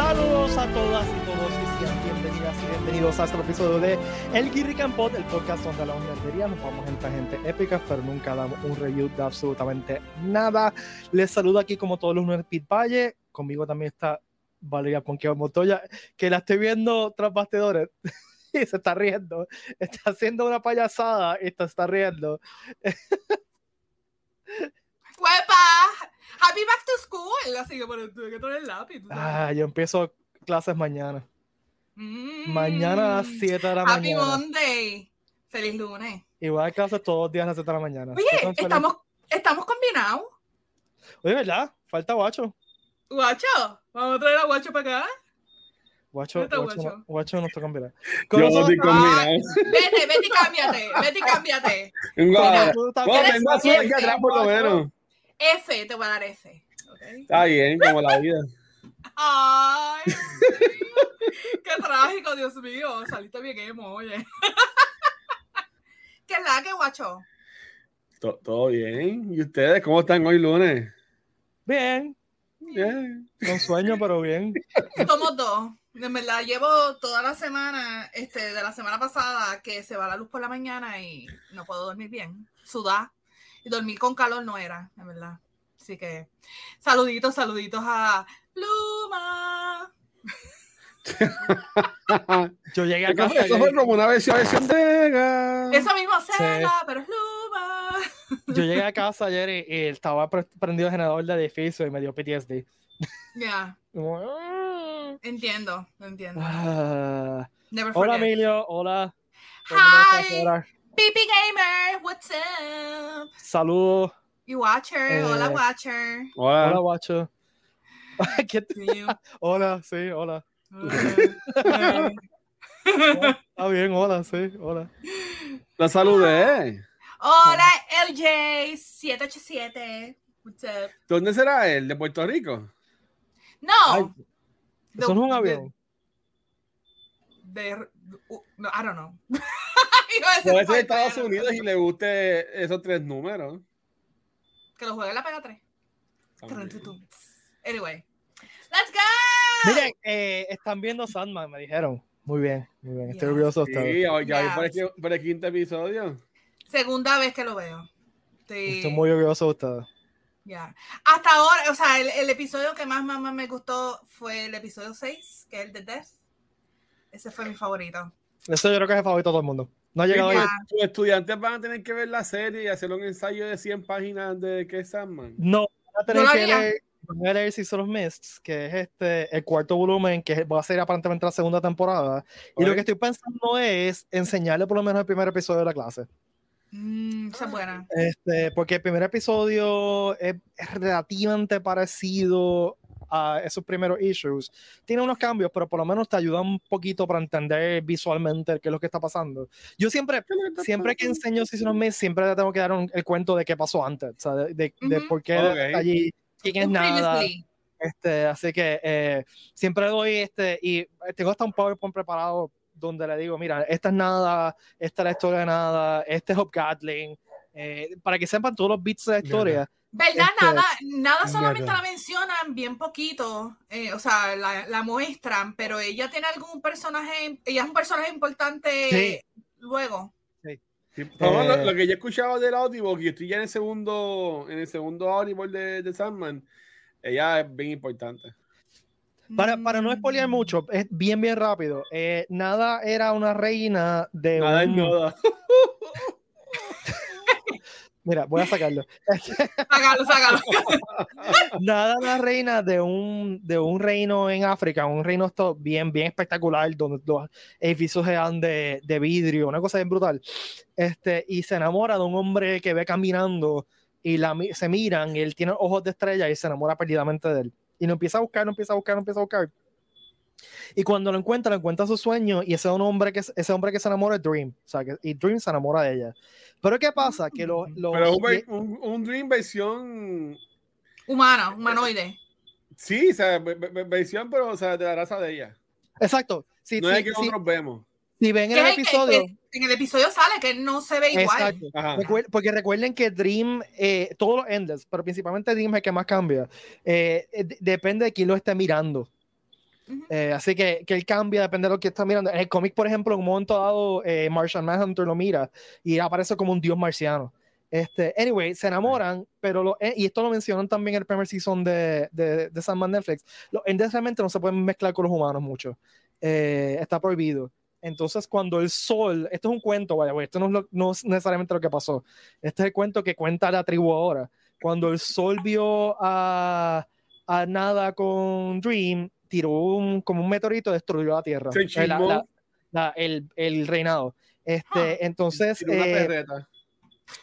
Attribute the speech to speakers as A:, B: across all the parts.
A: a todas y todos y sean bienvenidas y bienvenidos a este episodio de El Guirrican Pod, el podcast donde la nerdería nos vamos entre gente épicas, pero nunca damos un review de absolutamente nada. Les saludo aquí como todos los lunes Pit Valle, conmigo también está Valeria Ponqueo Montoya, que la estoy viendo tras bastidores y se está riendo, está haciendo una payasada y se está riendo.
B: ¡Huepa! Happy back to school. Así que bueno, tuve que traer el lápiz. ¿tú sabes?
A: Ah, yo empiezo clases mañana.
B: Mm.
A: Mañana a las 7 de la
B: Happy
A: mañana.
B: Monday. Feliz lunes.
A: Y voy a clases todos los días a las 7 de la mañana. Estoy
B: Oye,
A: tan feliz.
B: estamos, estamos combinados.
A: Oye, ¿verdad? Falta Guacho.
B: Guacho, vamos a traer a Guacho para acá.
A: Guacho,
B: ¿Dónde está
A: guacho,
B: Guacho?
A: no- guacho no está cambiando.
C: Yo
A: Con
C: estoy
A: nosotros-
C: combinado.
B: ah, Vete, vete y cámbiate. Vete y cámbiate.
C: Guau.
A: Tú estás-
C: Bueno,
B: eres
C: tengo azul aquí
B: bien,
C: atrás por lo
B: guacho.
C: menos.
B: F, te voy a dar F. ¿ok?
C: Está bien, como la vida.
B: Ay, Dios mío. qué trágico, Dios mío. Saliste bien emo, oye. ¿Qué es la que, guacho?
C: To- Todo bien. ¿Y ustedes cómo están hoy lunes?
A: Bien,
C: Bien.
A: con sueño, pero bien.
B: Somos dos. En verdad, llevo toda la semana, este, de la semana pasada, que se va la luz por la mañana y no puedo dormir bien. Sudar. Y dormir con calor no era, en verdad. Así que, saluditos, saluditos a Luma.
A: Yo llegué a
C: Eso
A: casa.
C: eso fue como una versión, versión de Ga-
B: Eso mismo, Sega, pero es Luma.
A: Yo llegué a casa ayer y, y estaba pre- prendido el generador del edificio y me dio PTSD.
B: Ya,
A: Como, ah.
B: entiendo, entiendo.
A: Ah.
B: Never
A: Hola,
B: forget.
A: Emilio. Hola.
B: Hi, PP Gamer, what's up?
A: Saludos.
B: Y Watcher,
A: Eh,
B: hola Watcher.
A: Hola,
C: Hola.
A: guacho. ¿Qué te-
B: Mío.
A: Hola, sí, hola.
B: Ay, ay.
A: Está Ah, bien, hola, sí, hola.
C: La saludé.
B: Hola, LJ787. What's up?
C: ¿Dónde será él? ¿De Puerto Rico?
B: No.
A: Ay,
B: The-
A: Eso no es un avión.
B: the- the- uh, no, I don't know. Iba a decir
C: Puede ser de
B: cualquiera.
C: Estados Unidos y le guste esos tres números.
B: Que lo juegue la pega 3.
C: También.
B: Anyway. Let's go.
A: Miren, eh, están viendo Sandman, me dijeron. Muy bien, muy bien. Estoy
B: Yes.
A: orgulloso de ustedes.
C: Sí, ya, ya
B: Ya.
C: voy por el, qui- por el quinto episodio.
B: Segunda vez que lo veo. Sí.
A: Estoy muy orgulloso de ustedes.
B: Ya. Hasta ahora, o sea, el, el episodio que más, más, más me gustó fue el episodio 6, que es el de Death. Ese fue mi favorito.
A: Eso yo creo que es el favorito de todo el mundo. No ha llegado
B: Ya.
A: ahí.
C: Los estudiantes van a tener que ver la serie y hacer un ensayo de 100 páginas de que es Sandman.
A: No, van a tener
B: No lo
A: que
B: haría.
A: leer, van a leer Season of Mists, que es este, el cuarto volumen, que va a ser aparentemente la segunda temporada. Y lo
C: Ok.
A: que estoy pensando es enseñarle por lo menos el primer episodio de la clase.
B: Mm,
A: Ah,
B: esa es buena.
A: Este, porque el primer episodio es es relativamente parecido a esos primeros issues. Tiene unos cambios, pero por lo menos te ayuda un poquito para entender visualmente qué es lo que está pasando. Yo siempre, siempre que enseño Season of Mist, siempre le tengo que dar un- el cuento de qué pasó antes, o sea, de, de- de
B: Ujú.
A: por qué
C: Ok.
A: allí, quién es
B: Un
A: nada.
B: Previously.
A: Este, así que eh, siempre doy este, y tengo hasta un PowerPoint preparado donde le digo, mira, esta es nada, esta es la historia de nada, este es Hop Gatling, eh, para que sepan todos los bits de la historia.
B: ¿Verdad?
A: Este,
B: nada, nada solamente
C: nada.
B: la mencionan bien poquito, eh, o sea, la, la muestran, pero ella tiene algún personaje, ella es un personaje importante luego.
C: Sí, por favor,
A: Eh,
C: lo, lo que yo escuchaba del audiobook, y estoy ya en el segundo, en el segundo audiobook de, de Sandman, ella es bien importante.
A: Para, para no
B: Mm.
A: spoilear mucho, es bien, bien rápido. Eh, nada era una reina de...
C: Nada es
A: un-
C: nada.
A: Mira, voy a sacarlo.
B: Sácalo, sácalo.
A: Nada la reina de un, de un reino en África, un reino esto bien, bien espectacular, donde los edificios eran de, de vidrio, una cosa bien brutal. Este, y se enamora de un hombre que ve caminando y la, mi- se miran, y él tiene ojos de estrella y se enamora perdidamente de él. Y lo empieza a buscar, lo empieza a buscar, lo empieza a buscar. Y cuando lo encuentra, lo encuentra en su sueño y ese, es un hombre que, ese hombre que se enamora es Dream. O sea, que, y Dream se enamora de ella. Pero ¿qué pasa? Que los... los-
C: Pero un, ver- un, un Dream versión.
B: Humana, humanoide.
C: Sí, o sea, ve- ve- versión, pero o sea, de la raza de ella.
A: exacto. Sí,
C: No
A: sí,
C: es que
A: sí.
C: nosotros vemos.
A: Si ven el
B: Que es el que-
A: episodio,
B: que en el episodio sale que no se ve igual. Ah.
A: exacto.
C: Ajá.
A: Recuer- porque recuerden que Dream, eh, todos los Endless, pero principalmente Dream es el que más cambia. Eh, eh, de- depende de quién lo esté mirando.
B: Ujú.
A: Eh, así que, que él cambia, depende de lo que está mirando. En el cómic, por ejemplo, en un momento dado, eh, Martian Manhunter lo mira y aparece como un dios marciano. Este, anyway, se enamoran, pero lo- eh, y esto lo mencionan también en el primer season de, de, de Sandman Netflix. Los entes realmente no se pueden mezclar con los humanos mucho. Eh, está prohibido. Entonces, cuando el sol, esto es un cuento, vaya, pues, esto no es, lo- no es necesariamente lo que pasó. Este es el cuento que cuenta la tribu ahora. Cuando el sol vio a, a nada con Dream, tiró un, como un meteorito, destruyó la tierra.
C: Se
A: Eh, la-
C: chismó.
A: la- la- el, el reinado.
B: Ah.
A: Este, entonces,
C: Tiene una
A: eh,
C: perreta.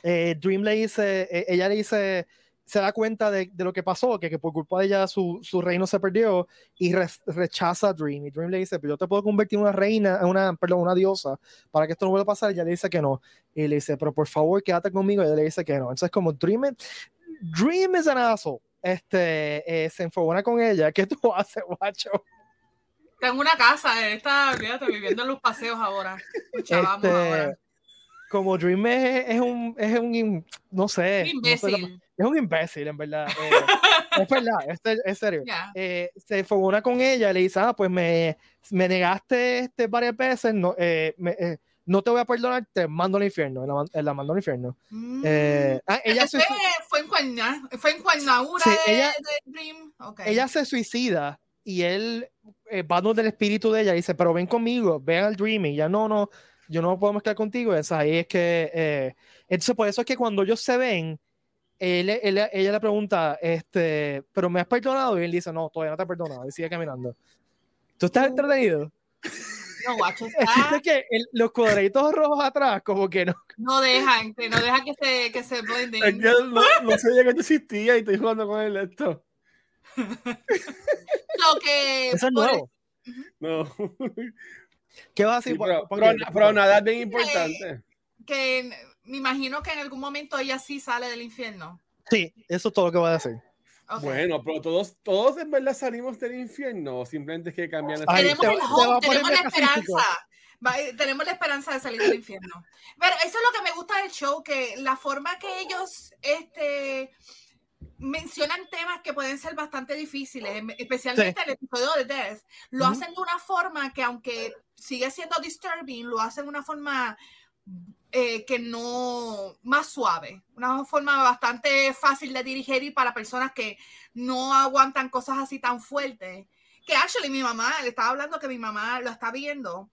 A: eh, Dream le dice, eh, ella le dice, se da cuenta de, de lo que pasó, que, que por culpa de ella su, su reino se perdió y re- rechaza a Dream. Y Dream le dice, pero yo te puedo convertir en una reina, en una, perdón, una diosa, para que esto no vuelva a pasar. Y ella le dice que no. Y le dice, pero por favor, quédate conmigo. Y ella le dice que no. Entonces, como Dream, es- Dream es an asshole. Este, eh, se enfogona con ella. ¿Qué tú haces, guacho?
B: Está en una casa, él está, olvídate, viviendo en los paseos ahora. Escuchábamos
A: Este,
B: ahora.
A: Como Dream es, es un, es un, im- no sé, no sé la-
B: Imbécil.
A: es un imbécil, en verdad. eh, es verdad, es, ser- es serio.
B: Ya.
A: Eh, se enfogona con ella y le dice, ah, pues me, me negaste este, varias veces, no, eh, me- eh, no te voy a perdonar, te mando al infierno, la, man- eh, la mando al infierno.
B: Mm.
A: Eh, ah, ella, se,
B: Este fue en Cuerna, fue en Cuernaúra
A: Sí,
B: de,
A: ella-
B: de Dream. Ok.
A: ella se suicida y él eh, va donde el espíritu de ella y dice, pero ven conmigo, ven al dreaming. Ya no, no, yo no puedo mezclar contigo. Entonces ahí es que... eh, entonces por eso es que cuando ellos se ven, él- él- ella le pregunta, este, pero ¿me has perdonado? Y él dice, no, todavía no te he perdonado. Y sigue caminando. ¿Tú
B: Mm.
A: estás entretenido?
B: No, guacho,
A: El chiste
B: está-
A: es que el- los cuadraditos rojos atrás, como que no.
B: no dejan, que no deja que se, que se blenden.
C: Es que no, no sabía que tú existías y estoy jugando con él esto.
B: Lo que
A: Eso es
B: Eh, por e-,
A: nuevo.
C: No.
A: ¿Qué vas a decir?
C: Sí, pero,
A: Pon-
C: pero-
A: pon-
C: pero nada es bien importante.
B: el- que en- me imagino que en algún momento ella sí sale del infierno.
A: Sí, eso es todo lo que voy a decir.
B: Ok.
C: Bueno, pero todos, todos en verdad salimos del infierno. o Simplemente es que cambian las
A: Ay,
B: tenemos
A: te-
B: el
A: te
B: hope,
A: va a poner
B: tenemos la
A: metafísico.
B: esperanza. Va- eh, tenemos la esperanza de salir del infierno. Pero eso es lo que me gusta del show, que la forma que ellos este, mencionan temas que pueden ser bastante difíciles, em- especialmente el episodio de Death, lo
A: Ujú.
B: hacen de una forma que aunque sigue siendo disturbing, lo hacen de una forma eh, que no, más suave, una forma bastante fácil de dirigir y para personas que no aguantan cosas así tan fuertes. Que actually mi mamá, le estaba hablando que mi mamá lo está viendo.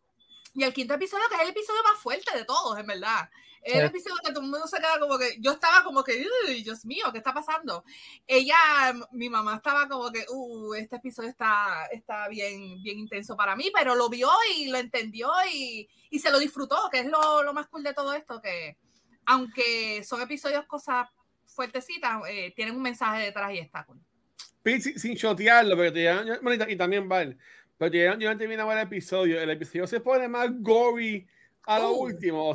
B: Y el quinto episodio, que es el episodio más fuerte de todos, en verdad. Es el
A: Sí.
B: episodio que todo el mundo se queda como que, yo estaba como que, "Uy, Dios mío, ¿qué está pasando? Ella, m- mi mamá estaba como que, uh, este episodio está, está bien, bien intenso para mí, pero lo vio y lo entendió y, y se lo disfrutó, que es lo, lo más cool de todo esto, que aunque son episodios cosas fuertecitas, eh, tienen un mensaje detrás y está cool.
C: Pete, sin, sin chotearlo, pero te llegan, bueno, y ta- y también vale. Pero te llegan, llegan terminaba el episodio. El episodio se pone más gory a lo
B: Uh.
C: último, o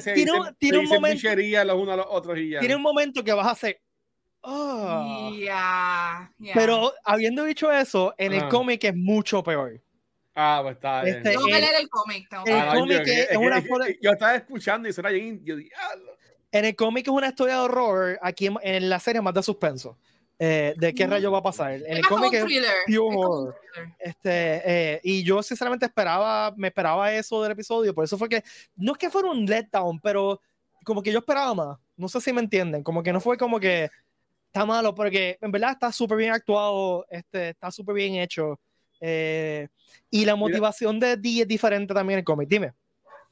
A: Tiene-
C: se
A: Oh. tiene
C: dicen,
A: un- tiene
C: se
A: un
C: dicen
A: momento-
C: bichería los unos a los otros y ya.
A: Tiene un momento que vas a hacer. "Ah".
B: Ya, ya.
A: Pero habiendo dicho eso, en el
C: Ajá.
A: cómic es mucho peor.
C: Ah, pues está bien.
A: Este,
B: tengo que
A: el-
B: leer el cómic, tengo que
A: el
C: Ah,
B: leer.
C: no,
A: cómic
C: yo-
A: es-
C: es
A: es
C: que-
A: una
C: es que-
A: forma-
C: yo estaba escuchando y eso era bien. Yo dije, "Diablo".
A: En el cómic es una historia de horror, aquí en, en la serie es más de suspenso. eh, de qué
B: Mm.
A: rayo va a pasar. En
B: Es
A: el
B: más como
A: cómic
B: un
A: es-
B: thriller.
A: pure
B: es como un
A: horror.
B: thriller.
A: este, eh, y yo sinceramente esperaba, me esperaba eso del episodio, por eso fue que, no es que fuera un letdown, pero como que yo esperaba más, no sé si me entienden, como que no fue como que está malo, porque en verdad está súper bien actuado, este, está súper bien hecho, eh, y la motivación de Dee es diferente también en el cómic, dime.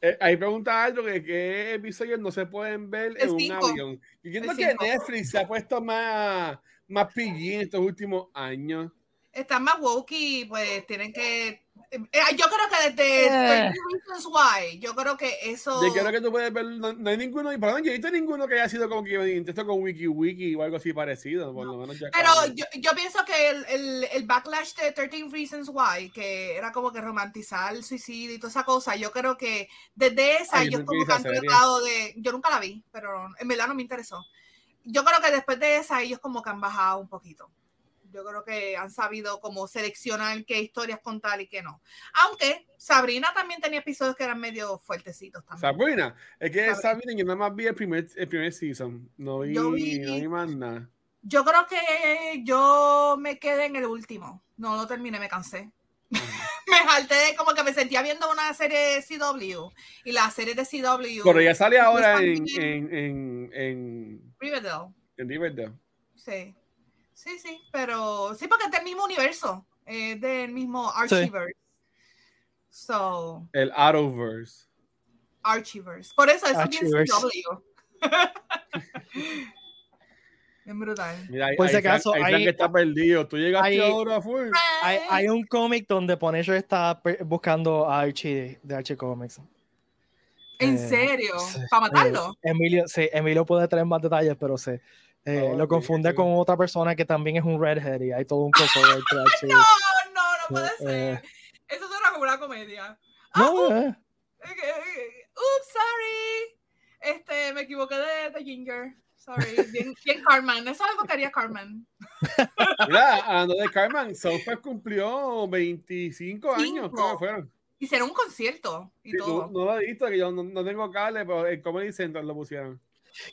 C: Eh, ahí pregunta algo que qué episodios no se pueden ver
B: El
C: en un
B: cinco.
C: avión. Yo siento
B: El
C: que
B: cinco.
C: Netflix se ha puesto más, más pillín estos últimos años.
B: Están más woke y pues tienen que. eh, eh, yo creo que desde
A: Eh.
B: 30 Reasons Why, yo creo que eso.
C: Yo creo que tú puedes ver, no, no hay ninguno, y perdón, yo he visto ninguno que haya sido como que intento con WikiWiki o algo así parecido, por lo menos ya
B: Pero
C: acabo.
B: yo, yo pienso que el, el- el backlash de 13 Reasons Why, que era como que romantizar el suicidio y toda esa cosa, yo creo que desde esa
C: Ay, yo
B: ellos
C: nunca
B: como
C: vi
B: que
C: esa
B: han
C: serie.
B: tratado de... Yo nunca la vi, pero en verdad no me interesó. Yo creo que después de esa ellos como que han bajado un poquito. Yo creo que han sabido como seleccionar qué historias contar y qué no. Aunque Sabrina también tenía episodios que eran medio fuertecitos también.
C: Sabrina, es que
B: Sabrina.
C: Sabrina yo nada más vi el primer, el primer season, no vi,
B: Yo vi-
C: no vi más nada.
B: Yo creo que yo me quedé en el último. No lo terminé, me cansé. me jalté de- como que me sentía viendo una serie de CW y la serie de CW
C: Pero ya sale ahora
B: Pues
C: en,
B: también-
C: en, en, en,
B: Riverdale.
C: en Riverdale.
B: Sí. Sí, sí, pero sí porque es del mismo universo, es del mismo Archieverse. So,
C: El Arrowverse.
B: Archieverse. Por eso eso es bien
A: Archieverse.
B: CW. bien brutal.
C: Mira, ahí-
A: Por si
C: ahí Frank-
A: acaso,
C: ahí
A: ahí-
C: Frank está perdido. Tú llegaste
A: ahí-
C: ahora, fue.
A: Hay, hay un cómic donde Punisher está pe- buscando a Archie de Archie Comics.
B: ¿En
A: eh,
B: serio?
A: sí,
B: ¿Para matarlo?
A: Emilio, sí, Emilio puede traer más detalles, pero se
C: Oh,
A: lo confunde
C: bien.
A: con otra persona que también es un redhead y hay todo un coso de entre Archie.
B: No, no, no puede
A: eh,
B: ser. Eso suena como una comedia. Ah,
A: No, eh,
B: Ok, ok. Oops, sorry. Este, me equivoqué de, de Ginger. Sorry. Bien, bien Carmen. Eso es algo que haría Carmen.
C: Mira, hablando de Carmen, South Park cumplió 25 años,
B: Cinco.
C: creo que fueron.
B: Hicieron un concierto y
C: Sí, tú-
B: todo.
C: no lo he visto, que yo no, no tengo cable, pero el Comedy Central lo pusieron.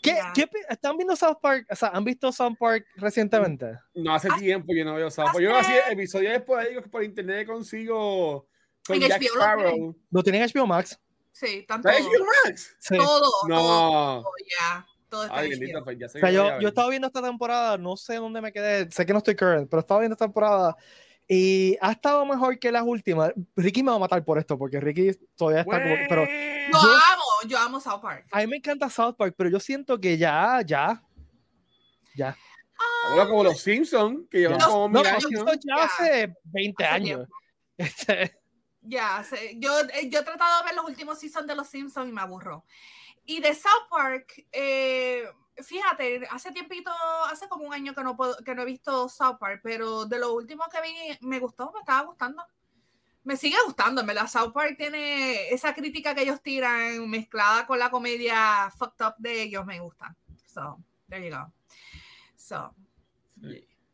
A: ¿Qué-
B: Ya.
A: qué pi- ¿Están viendo South Park? O sea, ¿han visto South Park recientemente?
C: No hace
B: Ah,
C: tiempo yo no veo South Park.
B: hace-
C: Yo así episodios esporádicos que por internet consigo con
B: En
C: Jack
B: HBO lo tienen.
C: Sparrow.
A: ¿Lo tienen en HBO Max?
B: Sí, tanto.
C: ¿Está en HBO Max?
A: Sí.
B: Todo, todo,
C: No.
B: todo, ya. Todo está
C: Ay,
B: en
C: bendito,
B: HBO.
C: pues ya sé
A: O sea,
C: que lo voy a
A: yo, yo
C: ver.
A: estaba viendo esta temporada, no sé dónde me quedé, sé que no estoy current, pero estaba viendo esta temporada y ha estado mejor que las últimas. Ricky me va a matar por esto, porque Ricky todavía está como- Pero
B: Yo
A: Yo-
B: amo, yo amo South Park.
A: a mí me encanta South Park, pero yo siento que ya, ya, ya.
C: Ahora como los Simpsons, que llevan
A: Ya.
C: como mil
A: No,
C: años.
A: esto ya
B: Ya.
A: hace 20
B: Hace
A: años. Este,
B: Ya, sé, yo, eh, yo he tratado de ver los últimos seasons de Los Simpsons y me aburro. Y de South Park, eh, fíjate, hace tiempito, hace como un año que no, puedo- que no he visto South Park, pero de lo último que vi me gustó, me estaba gustando. Me sigue gustando, en ¿verdad? South Park tiene esa crítica que ellos tiran mezclada con la comedia fucked up de ellos, me gusta. So, there you go. So,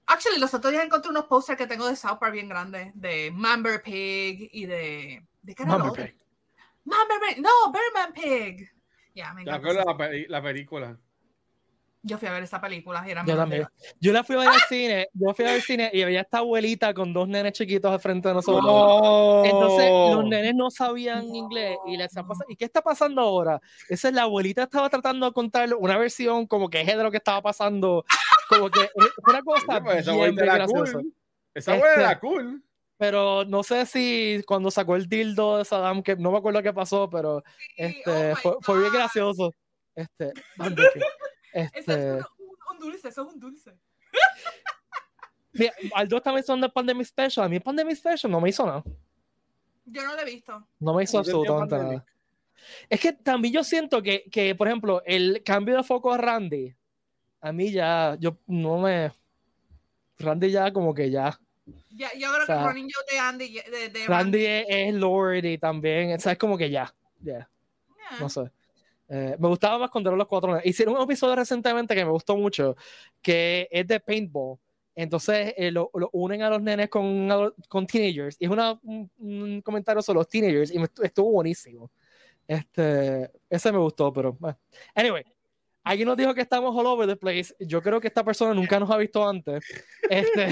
B: Actually, los otros días encontré unos posters que tengo de South Park bien grandes, de Mamber Pig y de... ¿De qué era lo
A: Mamber
B: otro?
A: Pig.
B: Mamber Pig. No, Birdman Pig. Ya, me
C: Te
B: encanta.
C: acuerdas
B: esa-
C: la, peli- la película.
B: Yo fui a ver esa película. y Era
A: yo
B: menos
A: también.
B: de-
A: Yo la fui a ver al cine, yo fui a ver al cine y había esta abuelita con dos nenes chiquitos al frente de nosotros. Entonces los nenes no sabían inglés y les
B: No.
A: pasa- ¿y qué está pasando ahora? Esa es la abuelita estaba tratando de contar una versión como que es de lo que estaba pasando, como que eh, fue una cosa
C: Oye, pues,
A: bien,
C: esa abuela
A: bien
C: era
A: graciosa.
C: cool. Esa abuela
A: Este-
C: era cool.
A: Pero no sé si cuando sacó el dildo de Saddam, que no me acuerdo qué pasó, pero
B: oh
A: este
B: my
A: fue, fue bien
B: God.
A: gracioso. Este, hombre, que-
B: Eso es
A: este,
B: un, un- un dulce, eso es un dulce.
A: mira, Aldo está mencionando el Pandemic Special. A mí el Pandemic Special no me hizo nada.
B: Yo no lo he visto.
A: No me hizo
C: Yo sentí
A: absolutamente
C: pandemia.
A: nada. Es que también yo siento que, que, por ejemplo, el cambio de foco a Randy, a mí ya, yo no me. Randy ya, como que ya.
B: Ya, yo creo
A: O sea,
B: que Running Joe de Andy... De, de
A: Randy es, es Lord y también, o sea, es como que ya, ya,
B: Yeah.
A: no sé. Eh, me gustaba más cuando eran los cuatro. Hicieron un episodio recientemente que me gustó mucho, que es de paintball. Entonces eh, lo, lo unen a los nenes con, con teenagers. Y es una- un, un comentario sobre los teenagers y me estu- estuvo buenísimo. Este, ese me gustó, pero bueno. Anyway, alguien nos dijo que estamos all over the place. Yo creo que esta persona nunca nos ha visto antes. Este,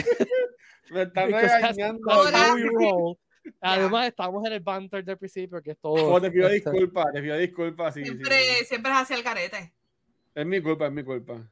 C: Me están
A: because that's-
C: regañando.
A: that's
B: Hola.
A: how we roll. Además, estamos en el banter del principio, que es todo.
C: Oh, te pido
A: este,
C: disculpas, te pido disculpas. Sí, sí,
B: Siempre,
C: sí.
B: siempre es hacia el carete.
C: Es mi culpa, es mi culpa.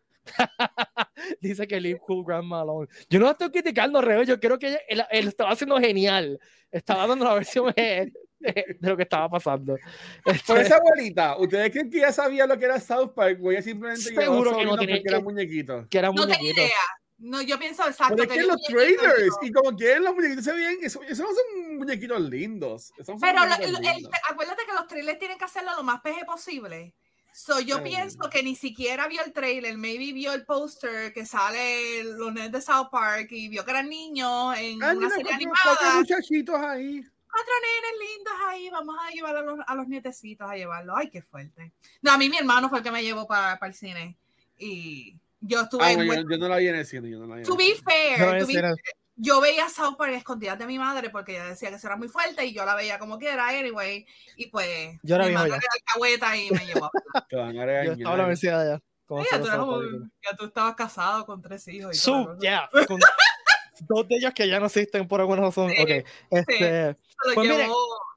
A: Dice que Live Cool Grandma Alone. Yo no la estoy criticando al revés, yo creo que ella- él, él estaba haciendo genial. Estaba dando la versión de, de- de lo que estaba pasando.
C: Por
A: Este,
C: esa abuelita, ¿ustedes creen que ya sabía lo que era South Park? O ella simplemente
A: Seguro que no
C: sobrino
A: tenía
C: porque era
A: que-
C: muñequito.
A: que era
B: No tengo
A: muñequito.
B: idea. No, yo pienso exacto.
C: Pero es que en
B: yo
C: los
B: muñequito,
C: trailers,
B: yo-
C: y como que los muñequitos se ven, eso, esos no son muñequitos lindos. esos no son
B: Pero lo-
C: muñequitos
B: lo- el-
C: lindos.
B: acuérdate que los trailers tienen que hacerlo lo más peje posible. So, yo
C: Ay.
B: pienso que ni siquiera vio el trailer, maybe vio el póster que sale los nerds de South Park y vio que eran niños en
C: Ah,
B: una
C: mira,
B: serie
C: cuatro-
B: animada.
C: cuatro muchachitos ahí.
B: Cuatro nenes lindos ahí, vamos a llevar a los, a los nietecitos a llevarlos. Ay, qué fuerte. No, a mí mi hermano fue el que me llevó para, para el cine y yo estuve...
C: Ah,
B: en
C: no, yo,
B: buen-
C: yo no la vi en el cine, yo no la vi en el
B: To be
C: cine.
B: fair,
A: No,
B: to
A: ese
B: be
A: era-
B: yo veía South Park escondidas de mi madre porque ella decía que eso era muy fuerte y yo la veía como quiera, anyway. Y pues,
A: Yo la
B: mi
A: vi
B: madre
A: ya.
B: era alcahueta y me llevó a verla.
C: Te van a
A: yo
C: regañar.
A: estaba en la universidad allá.
B: Sí,
A: cuando
B: ya,
A: salió
B: tú
A: esa
B: eras como-
A: película.
B: ya tú estabas casado con tres hijos. Y toda la
A: Su,
B: cosa.
A: yeah, con- dos de ellos que ya no existen por alguna razón.
B: Sí,
A: Ok, este,
B: Se lo
A: Pues
B: llevó
A: mire.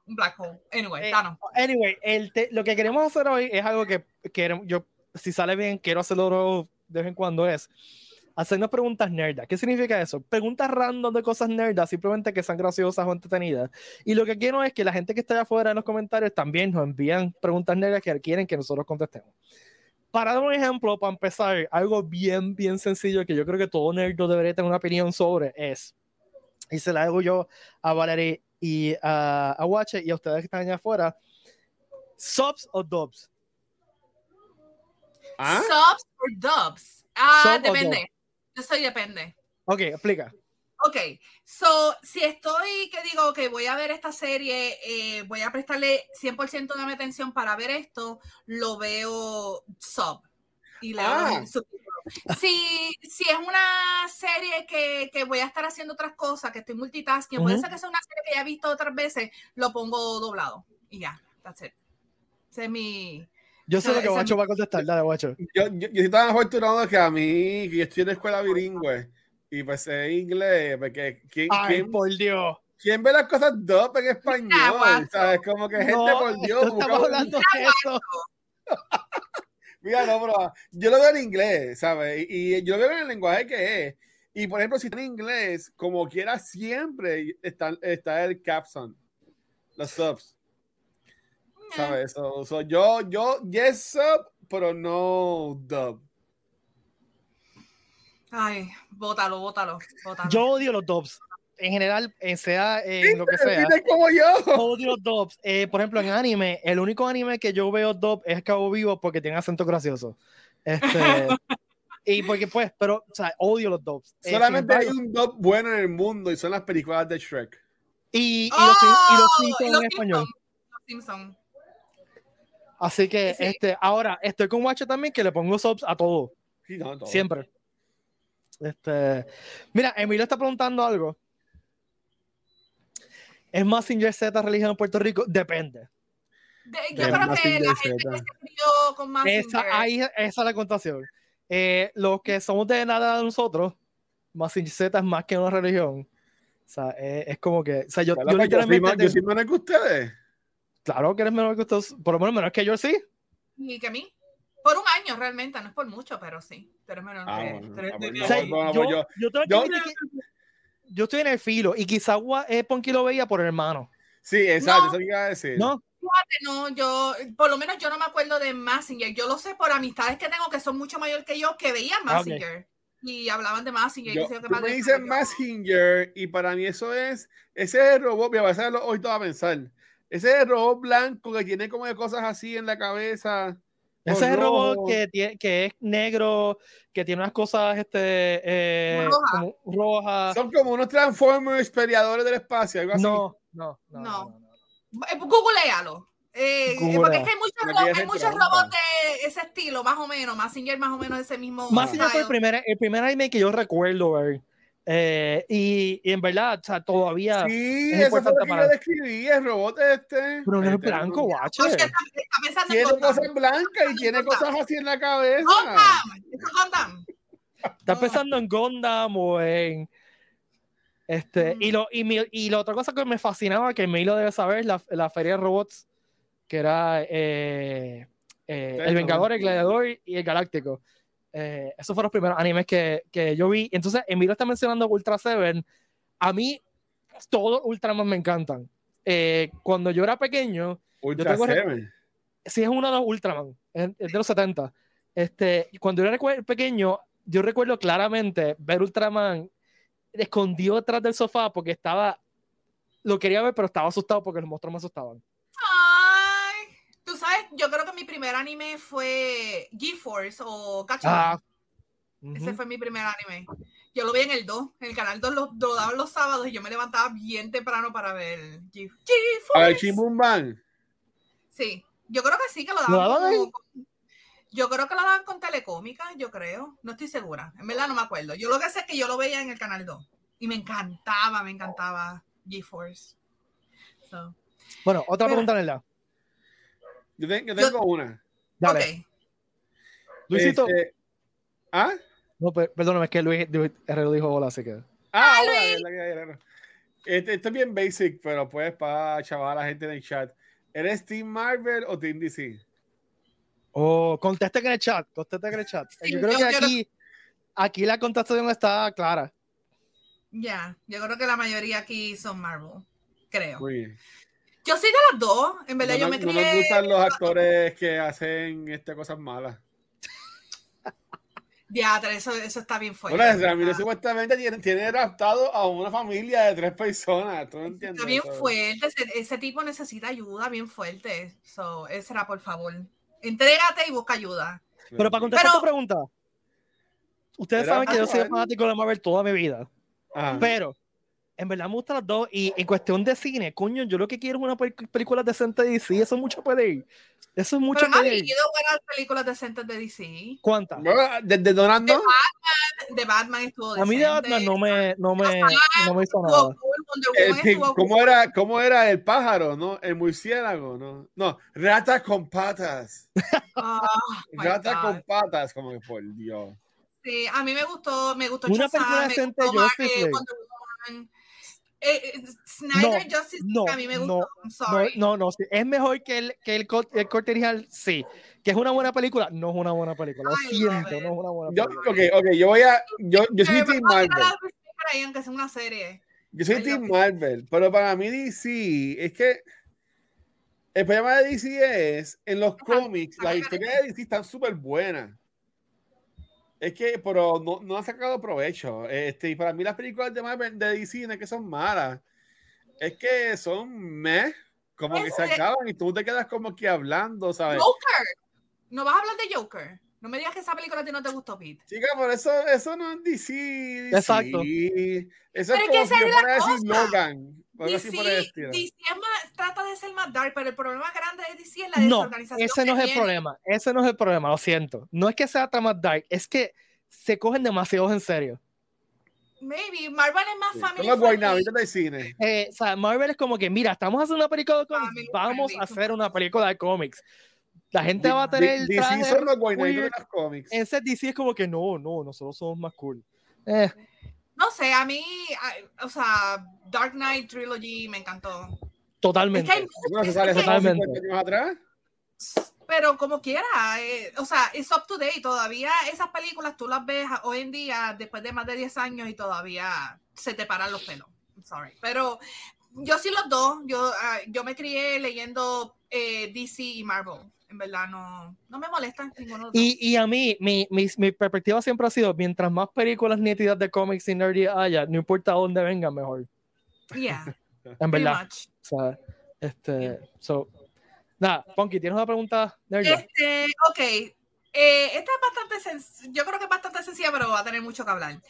B: un black hole. Anyway,
A: Eh,
B: Thanos.
A: Anyway, el te- lo que queremos hacer hoy es algo que, que yo, si sale bien, quiero hacerlo de vez en cuando, es hacernos preguntas nerdas. ¿Qué significa eso? Preguntas random de cosas nerdas, simplemente que sean graciosas o entretenidas. Y lo que quiero es que la gente que está allá afuera en los comentarios también nos envíen preguntas nerdas que quieren que nosotros contestemos. Para dar un ejemplo, para empezar, algo bien, bien sencillo que yo creo que todo nerd debería tener una opinión sobre es, y se la hago yo a Valerie y a, a Watcher y a ustedes que están allá afuera, subs o dubs.
C: ¿Ah?
B: Subs or dubs. Ah,
A: Sub o
B: depende. Yo soy depende.
A: Ok, explica.
B: Ok, so, si estoy que digo que voy a ver esta serie, eh, voy a prestarle 100% de mi atención para ver esto, lo veo sub. Y le hago
C: Ah.
B: un subtítulo. Si, si es una serie que, que voy a estar haciendo otras cosas, que estoy multitasking, puede
A: Ujú.
B: ser que sea una serie que ya he visto otras veces, lo pongo doblado. Y ya, that's it. Ese es mi.
A: Yo sé lo que
B: Esa- esa
A: Guacho va a contestar. Dale, Guacho.
C: Yo, yo, yo estaba afortunado que a mí, que yo estoy en escuela bilingüe y pues sé inglés, porque ¿quién,
A: Ay,
C: quién-
A: por Dios.
C: quién ve las cosas dos en español?
B: Ah, guacho.
C: ¿Sabes? Como que gente,
A: No,
C: por Dios,
A: no
C: busca-
A: estamos hablando de eso.
C: Mira, no, pero yo lo veo en inglés, ¿sabes? Y, y yo lo veo en el lenguaje que es. Y por ejemplo, si está en inglés, como quiera, siempre está, está el caption, los subs, ¿sabes? So, so yo, yo, yes sub, pero no dub.
B: Ay, bótalo, bótalo, bótalo.
A: Yo odio los dubs. En general, eh, sea en lo que sea.
C: ¿Entiendes como yo?
A: Odio los dubs. Eh, por ejemplo, en anime, el único anime que yo veo dub es Cabo Vivo porque tiene acento gracioso. Este, y porque pues, pero, o sea, odio los dubs. Eh, sin
C: Solamente hay
A: embargo-
C: un dub bueno en el mundo y son las películas de Shrek.
A: y, y
B: ¡Oh!
A: los, Sim- y los
B: Y
A: Simpsons
B: los
A: en español.
B: Simpsons, los Simpsons.
A: Así que,
B: Sí.
A: este, ahora, estoy con Guacho también que le pongo subs a todo.
C: Sí, no, todo.
A: Siempre. Este, mira, Emilio está preguntando algo. ¿Es más sin Z religión en Puerto Rico? Depende.
B: De- yo
C: Es
B: creo
C: más
B: que la
C: Singer
B: gente
C: Z.
B: que se crió con más Singer,
A: Esa, ahí, esa es la contación. Eh, los que somos de nada de nosotros, más sin Z es más que una religión. O sea, eh, es, como que. O sea, yo,
C: pues Yo,
A: yo
C: soy
A: literalmente.
C: más, yo soy menos que ustedes.
A: Claro que eres menor que ustedes, por lo menos menor que yo, sí.
B: ni que a mí. Por un año realmente, no es por mucho, pero sí. Pero menos
C: Ah,
B: que-
C: bueno,
B: pero
C: ah,
B: es
C: bueno,
B: de-
A: O sea,
C: no, no,
A: yo,
C: yo-
A: yo tengo que
C: yo-
A: admitir que- yo estoy en el filo y quizás eh, Ponky lo veía por hermano.
C: Sí, exacto,
B: No.
C: eso que iba a decir.
A: ¿No?
B: no, yo, por lo menos yo no me acuerdo de Massinger. Yo lo sé por amistades que tengo que son mucho mayor que yo que veían
A: Ah, ok.
B: Massinger. Y hablaban de Massinger. y
C: Yo,
B: decían que
C: tú me
B: Mazinger-
C: dices más Hinger y para mí eso es, ese es el robot, me va a hacerlo hoy todo a pensar. Ese es el robot blanco que tiene como de cosas así en la cabeza. Oh,
A: Ese es el robot
C: rojo.
A: que, tiene, que es negro, que tiene unas cosas este, eh,
B: Roja.
A: como rojas.
C: Son como unos Transformers peleadores del espacio, algo así.
A: ah, No, no, no. no,
B: No.
A: no, no.
B: Eh, Googlealo. Eh,
A: Googlea.
B: porque es que hay muchos,
C: Pero
B: ro-
C: aquí es
B: hay
C: el
B: muchos
C: trampa.
B: robots de ese estilo, más o menos. Massinger, más o menos ese mismo.
A: Más allá fue el
B: style.
A: primer, el primer anime que yo recuerdo ver. Eh, y, y en verdad, o sea, todavía.
C: Sí,
A: Es
C: eso fue
A: importante
C: lo que
A: para-
C: yo describí, el robot este.
A: Pero no
C: Ahí
A: es
C: está,
A: blanco, guache.
B: Oye, está, está pensando en
C: Tiene
B: Gundam.
C: cosas blancas y tiene
B: Gundam.
C: cosas así en la cabeza.
B: Gundam, es Gundam.
A: Estás pensando en Gundam o en. Este,
B: Mm.
A: y, lo, y, mi- y la otra cosa que me fascinaba, que Milo debe saber, la, la feria de robots, que era eh, eh,
C: Sí,
A: El Vengador,
C: ¿no?
A: El Gladiador y El Galáctico. Eh, esos fueron los primeros animes que, que yo vi. Entonces, Emilio está mencionando Ultra Seven. A mí, todos Ultraman me encantan. Eh, cuando yo era pequeño,
C: Ultra
A: tengo re-
C: Seven.
A: sí es uno de los Ultraman, es, es de los 70. Este, y cuando yo era recue- pequeño, yo recuerdo claramente ver Ultraman escondido detrás del sofá porque estaba, lo quería ver, pero estaba asustado porque los monstruos me asustaban.
B: Ay, tú sabes, yo creo que mi primer anime fue GeForce o Cachorro.
A: Ah. Ujú.
B: Ese fue mi primer anime. Yo lo vi en el 2, en el canal 2 lo, lo daban los sábados y yo me levantaba bien temprano para ver Ge-
C: A ver,
B: GeForce.
C: Chimbumban.
B: Sí, yo creo que sí que lo
A: ¿Lo
B: daban.
A: daban
B: como- yo creo que lo daban con Telecómica, yo creo. No estoy segura. En verdad no me acuerdo. Yo lo que sé es que yo lo veía en el canal 2 y me encantaba, me encantaba GeForce. So,
A: Bueno, otra
B: Espera.
A: pregunta, Nela.
C: Yo, te- yo
B: Yo-
C: tengo una.
A: Dale.
B: ok.
A: Luisito.
C: Este, ¿Ah?
A: No, per- perdóname, es que Luis, Luis Herrero dijo hola, así que.
C: Ah, ahora es la que hay, ahora. Este- Esto es bien basic, pero pues para chaval a la gente en el chat. ¿Eres Team Marvel o Team DC?
A: Oh, contesten en el chat, contesten en el chat.
B: Sí,
A: yo creo
B: yo
A: que
B: quiero-
A: aquí, aquí la contestación está clara.
B: Ya, yo creo que la mayoría aquí son Marvel, creo.
C: Muy bien.
B: Yo soy de las dos, en verdad
C: Pues- No,
B: yo me
C: nos- no
B: crié.
C: nos gustan los actores que hacen este, cosas malas.
B: Ya, pero eso, eso está bien fuerte.
C: Hola,
B: ¿verdad?
C: Ramiro supuestamente tiene, tiene raptado a una familia de tres personas. ¿Tú no entiendes?
B: Está bien
C: eso?
B: fuerte, ese, ese tipo necesita ayuda bien fuerte. So, Ezra, por favor, entrégate y busca ayuda.
A: Pero para contestar
B: Pero-
A: tu pregunta, ustedes
C: Era
A: saben que yo soy
C: Marvel.
A: fanático de Marvel toda mi vida,
C: Ajá.
A: pero en verdad me gustan las dos. Y en cuestión de cine, coño, yo lo que quiero es una pel- película decente de DC. Eso es mucho pedir. Eso es mucho
B: pero no ha
A: pedir.
B: habido buenas películas decentes de DC.
A: ¿Cuántas?
C: Bueno, desde Donando.
B: ah, De Batman estuvo
A: A mí de Batman no me, no me, no me hizo
B: Estuvo
A: nada.
B: cool, Wonder
C: El
B: Woman
C: pig-
B: estuvo cool.
C: eh, ¿cómo, era, ¿Cómo era el pájaro, no? El murciélago, ¿no? No, rata con patas.
B: Ah, Oh my
C: rata
B: God.
C: con patas, como que por Dios.
B: Sí, a mí me gustó, me gustó
A: Una
B: Shazam,
A: película
B: me
A: decente
B: gustó
A: de Justice
B: Marvel,
A: League.
B: Wonder Woman. Eh, eh, Snyder Justice League
A: no,
B: a mí me
A: no,
B: gustó, I'm
A: No,
B: sorry.
A: no, no, sí. es mejor que el, que el, cor- el corte original, sí. Que es una buena película, no es una buena película. Lo
B: Ay,
A: siento,
B: Robert.
A: no es una buena
C: Yo,
A: película.
C: ok, ok, yo voy a. Yo, yo soy
B: Pero
C: Team
B: vamos a tirar
C: Marvel.
B: algo similar ahí, aunque sea una serie.
C: Yo soy
B: Ay,
C: Team
B: ok.
C: Marvel, pero para mí DC es que el problema de DC es en los cómics, las historias de DC están súper buenas. Es que, pero no, no han sacado provecho. Este, y para mí las películas de Marvel de DC no es que son malas. Es que son meh, como que se
B: Este-
C: acaban y tú te quedas como que hablando, ¿sabes?
B: Joker. No vas a hablar de Joker. No me digas que esa película a ti no te gustó, Pete.
C: Chica, pero eso, eso no es DC. DC.
A: Exacto.
B: Pero
C: Eso
B: es
C: es
B: que
C: como
B: esa
C: si
B: es
C: yo
B: la
C: fuera a decir
B: cosa.
C: Logan. o algo así
B: DC,
C: por el estilo.
B: DC es más- trata de ser más dark, pero el problema grande de DC es la
A: No,
B: desorganización.
A: ese no es
B: que
A: el
B: tiene.
A: problema, ese no es el problema, lo siento. No es que sea trama dark, es que se cogen demasiados en serio.
B: Maybe Marvel es más
C: Sí,
B: family
C: Son los
B: friendly.
C: guaynabitas del cine.
A: Eh, o sea, Marvel es como que, mira, estamos haciendo una película de cómics,
B: Family
A: vamos a
B: friendly,
A: hacer una película de cómics. La gente
C: Di-
A: va a
C: di-
A: tener el
C: DC
A: traje
C: son los guaynabitos de
A: weird.
C: los cómics.
A: Ese DC es como que no, no, nosotros somos más cool. Eh,
B: No sé, a mí, a- o sea, Dark Knight Trilogy me encantó. Es
A: totalmente.
B: que hay
C: Bueno, se
B: es
C: sale
B: que-
C: como
A: Totalmente.
C: 50 años atrás.
B: Pero como quiera, eh, o sea, es up to date. Todavía esas películas tú las ves a- hoy en día, después de más de 10 años, y todavía se te paran los pelos. I'm Sorry. Pero yo sí los dos. Yo, ah, yo me crié leyendo eh, DC y Marvel. En verdad, no, no me molesta ninguno de los
A: Y, y a mí, mi, mi, mi perspectiva siempre ha sido, mientras más películas nítidas de cómics y nerdy haya, no importa dónde vengan, mejor.
B: dos. Yeah,
A: En
B: pretty
A: verdad.
B: much.
A: O sea, este, so, nada, Ponky, ¿tienes una pregunta nerdy?
B: Este, ok. Eh, esta es bastante sencilla. Yo creo que es bastante sencilla, pero va a tener mucho que hablar.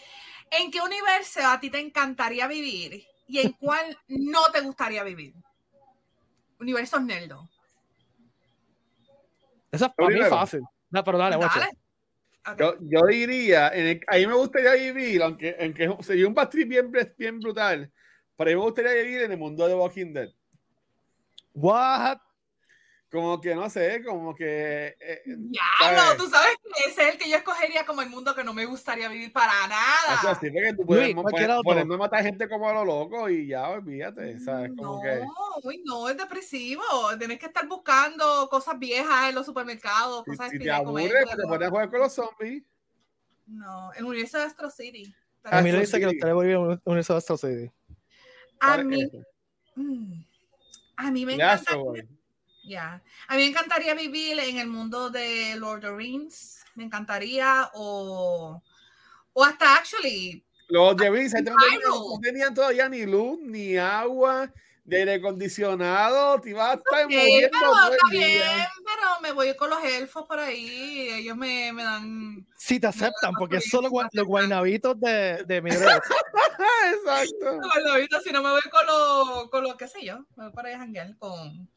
B: ¿En qué universo a ti te encantaría vivir y en cuál no te gustaría vivir? Universos Nerdo.
A: Eso es para mí
C: Primero.
A: fácil. No, pero dale, guacho.
B: Dale. Ok.
C: Yo, yo diría, en el- a mí me gustaría vivir, aunque, aunque sería un bastriz bien, bien brutal, pero a mí me gustaría vivir en el mundo de Walking Dead.
A: What?
C: Como que, no sé, como que... eh,
B: Diablo,
C: Dale.
B: tú sabes que ese es el que yo escogería como el mundo que no me gustaría vivir para
C: hace
B: nada.
C: así, porque tú puedes
A: Luis,
C: mo-
A: cualquier
C: poner-
A: otro.
C: ponerme a matar gente como a lo loco y ya, olvídate, ¿sabes? Como
B: No,
C: que...
B: uy, no, es depresivo. Tienes que estar buscando cosas viejas en los supermercados,
C: Si,
B: cosas
C: si te
B: espías, comer,
C: aburres, pues te
B: luego-
C: pones a jugar con los zombies.
B: No, el universo de Astro City. Pero-
A: A mí le
C: Eso
A: dice que los
C: sí.
A: televoy viven en un universo de Astro City.
B: A
C: ¿sabes?
B: mí,
C: Eso.
B: mm, a mí me
C: Ya,
B: encanta.
C: eso, güey.
B: Ya. A mí me encantaría vivir en el mundo de Lord of the Rings. Me encantaría. O, o hasta, actually,
C: Los de Vince no, tenían-
B: Claro.
C: no tenían todavía ni luz, ni agua, ni aire acondicionado. Te ibas a estar
B: eh,
C: muriendo
B: pero
C: todo
B: está
C: el
B: bien,
C: día.
B: pero me voy con los elfos por ahí. Ellos me, me dan.
A: Si te aceptan, porque
B: sí,
A: son los,
B: sí,
A: gua-
B: sí.
A: los guaynabitos de, de Middle Earth.
C: Ah, Exacto.
B: Bueno, ahorita si no me voy con los, con los, qué sé yo, me voy para ahí a janguear con,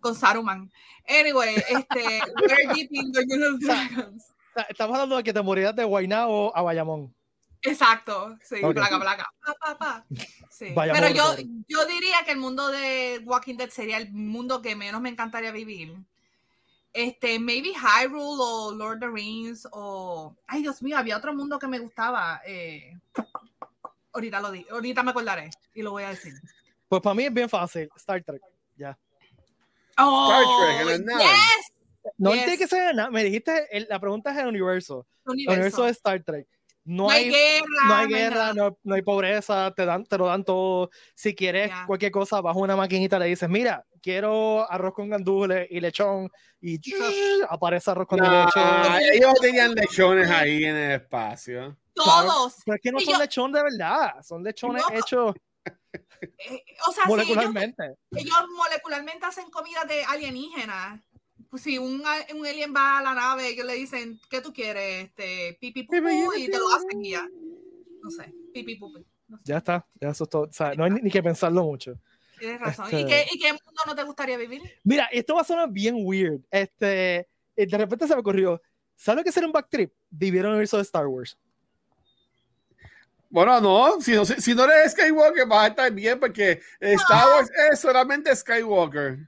B: con Saruman. Anyway, este, we're deep in Dungeons and Dragons.
A: O sea, Estamos hablando de que te morirías de Guaynabo a Bayamón.
B: Exacto, sí,
A: Ok.
B: placa, placa. Pa, pa, pa. Sí.
A: Vaya
B: Pero
A: amor,
B: yo,
A: Rosario.
B: yo diría que el mundo de Walking Dead sería el mundo que menos me encantaría vivir. Este, maybe Hyrule o Lord of the Rings o... Ay, Dios mío, había otro mundo que me gustaba. eh, Ahorita lo di, ahorita me acordaré y lo voy a decir.
A: Pues para mí es bien fácil, Star Trek. Ya.
B: Oh,
C: Trek, en las naves.
B: yes,
A: No
B: Yes.
A: tiene que ser nada. Me dijiste, el- la pregunta es el universo. El
B: universo.
A: universo de Star Trek. No,
B: No hay,
A: hay,
B: guerra,
A: no hay guerra,
B: nada.
A: no, no hay pobreza, te, dan, te lo dan todo. Si quieres
B: Ya.
A: cualquier cosa, bajo una maquinita le dices, mira, quiero arroz con gandules y lechón, y aparece arroz con
C: Nah,
A: lechón.
C: Ah, ellos tenían lechones ahí en el espacio.
B: todos.
A: Pero es que no
B: Y
A: son
B: yo-
A: lechón de verdad, son lechones
B: No.
A: hechos
B: Eh, o sea, si ellos,
A: molecularmente.
B: ellos molecularmente hacen comida de alienígenas. Pues si un, a- un alien va a la nave, ellos le dicen, ¿qué tú quieres? Este, pipi, pupú", y te lo hacen y ya. No sé, pipi, pupú. No sé.
A: Ya está, ya eso es todo. O sea, no hay ni, ni que pensarlo mucho.
B: Tienes razón.
A: Este-
B: ¿Y, qué, ¿Y qué mundo no te gustaría vivir?
A: Mira, esto va a sonar bien weird. Este, eh, de repente se me ocurrió, ¿sabes lo que sería un backtrip? Vivir en el universo de Star Wars.
C: Bueno, no, si no, si no eres Skywalker, vas a estar bien porque Star Wars es solamente Skywalker.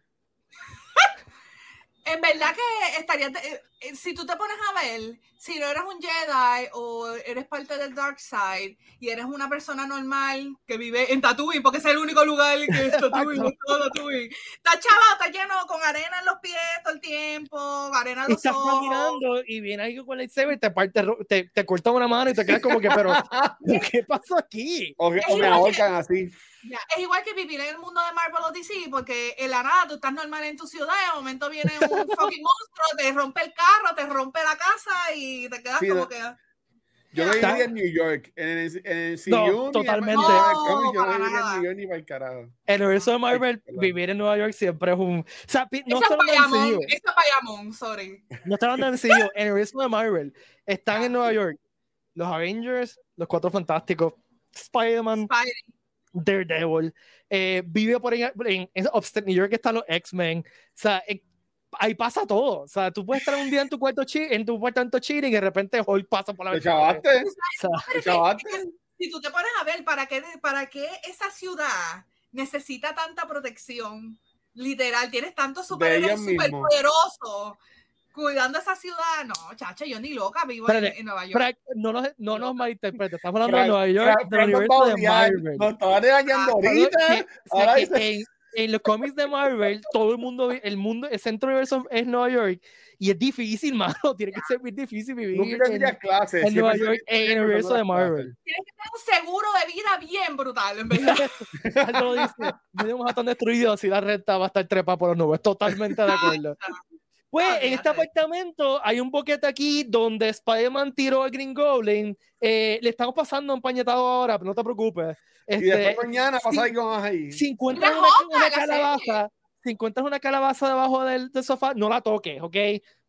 B: En verdad que estaría, eh, eh, si tú te pones a ver, si no eres un Jedi o eres parte del Dark Side y eres una persona normal que vive en Tatooine, porque ese es el único lugar que es Tatooine,
A: Exacto.
B: todo Tatooine. Está chavado, está lleno con arena en los pies todo el tiempo, arena en los
A: estás
B: ojos.
A: caminando y viene alguien con el lightsaber y te, parte, te, te corta una mano y te quedas como que, pero, ¿pero ¿qué pasó aquí?
C: O, o me ahorcan así.
B: Ya, Es igual que vivir en el mundo de Marvel o DC, porque en la nada tú estás normal en tu ciudad, de momento viene un fucking monstruo, te rompe el carro, te rompe la casa y te quedas
C: Sí,
B: como
C: no.
B: que...
C: Yo no
A: Está-
C: viviría en New York, en el, en el MCU,
A: No,
C: ni en-
A: totalmente.
C: ni en el cómic,
B: No,
C: yo no
B: para
C: viviría en
B: nada.
C: New York ni para el carajo.
A: El universo de Marvel,
C: perdón.
A: vivir en Nueva York siempre es un... O sea, pi- no
B: eso
A: está
B: es
A: hablando de
B: Bayamón,
A: MCU,
B: eso es Bayamón, sorry.
A: no está hablando de MCU, el universo de Marvel. Están en
B: Ah.
A: Nueva York los Avengers, los Cuatro Fantásticos, Spider-Man,
B: Spider-
A: Daredevil, eh, vive por en, en, en Upstate New York están los X-Men, o sea, eh, ahí pasa todo, o sea, tú puedes estar un día en tu cuarto chi- en tu apartamento chile y de repente Hulk pasa por la
C: ¿Te
A: ventana. O
C: chavaste?
A: sea,
B: Pero
C: ¿Te
B: es que-
C: chavaste?
B: es que si tú te pones a ver para qué, para qué esa ciudad necesita tanta protección, literal, tienes tantos superhéroes
C: ellos mismos.
B: superpoderosos cuidando esa ciudad, no, chacha, yo ni loca vivo en,
A: Espérate,
B: en Nueva York.
A: Frank, no nos, no nos malinterpretes, estamos hablando de
C: Frank-
A: Nueva York,
C: Frank-
A: del
C: Frank nos
A: universo
C: va a
A: de
C: odiar,
A: Marvel.
C: Nos estaba regañando
B: Ah,
A: Todo- que-
C: ahorita.
A: o sea,
C: ahora
A: que
C: dice-
A: en, en los cómics de Marvel, todo el mundo, vi- el mundo, el centro del universo es Nueva York y es difícil, mano, tiene que ser muy difícil vivir
C: Nunca
A: en-
C: tendrías clases.
A: en
C: siempre
A: Nueva
C: se-
A: York, en el
C: siempre
A: universo
C: son
A: de
C: las
A: Marvel.
B: Un seguro de vida bien brutal, en verdad.
A: Aldo dice, "Mínimo tan destruido, así la renta va a estar trepa por los nubes. Totalmente de acuerdo. Pues en este
B: Olvídate.
A: apartamento hay un boquete aquí donde Spider-Man tiró al Green Goblin. Eh, le estamos pasando empañetado ahora, pero no te preocupes.
C: Y después
A: Este,
C: mañana
A: sí.
C: pasa algo más ahí.
A: si encuentras
B: La
A: una,
B: joda,
A: una
B: la serie.
A: calabaza, si encuentras una calabaza debajo del, del sofá, no la toques, ¿ok?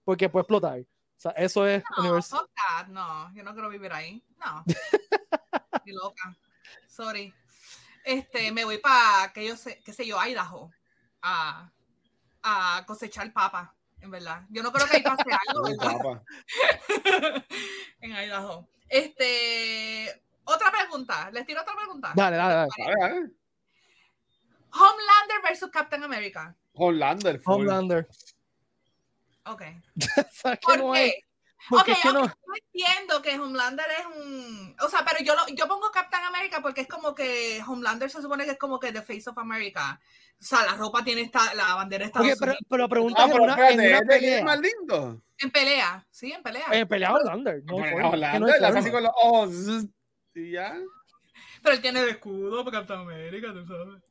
A: Porque puede explotar. O sea, eso es
B: No,
A: universo.
B: fuck that, no, yo no quiero vivir ahí. No. Ni loca. Sorry. Este, me voy para, que yo sé, qué sé yo, Idaho, a, a cosechar papa, en verdad. Yo no creo que ahí pase algo,
C: Uy,
B: ¿verdad?
C: papá.
B: en Idaho. Este, otra pregunta, les tiro otra pregunta.
A: Dale, dale, dale.
C: Dale, dale.
B: Homelander versus Captain America.
C: Homelander. full.
A: Homelander.
B: Ok.
A: O sea, que
B: ¿Por
A: no
B: qué?
A: hay- porque
B: Ok,
A: es que no-
B: Yo entiendo que Homelander es un. O sea, pero yo, lo- yo pongo Captain America porque es como que Homelander se supone que es como que The Face of America. O sea, la ropa tiene esta, la bandera de Estados
A: Ok, pero,
B: Unidos.
A: pero preguntas
C: Ah,
A: en
C: pero
A: una, en
C: espérate,
A: una
C: este que
A: pelea.
C: es más lindo.
B: En pelea, sí, en pelea.
A: Eh, pelea Homelander. No, hay
C: Bueno,
A: forma, es que no
C: Homelander,
A: hay
C: la hace
A: forma.
C: así con los ojos. zzz, Y ya.
B: Pero él tiene el escudo para Captain America, tú sabes.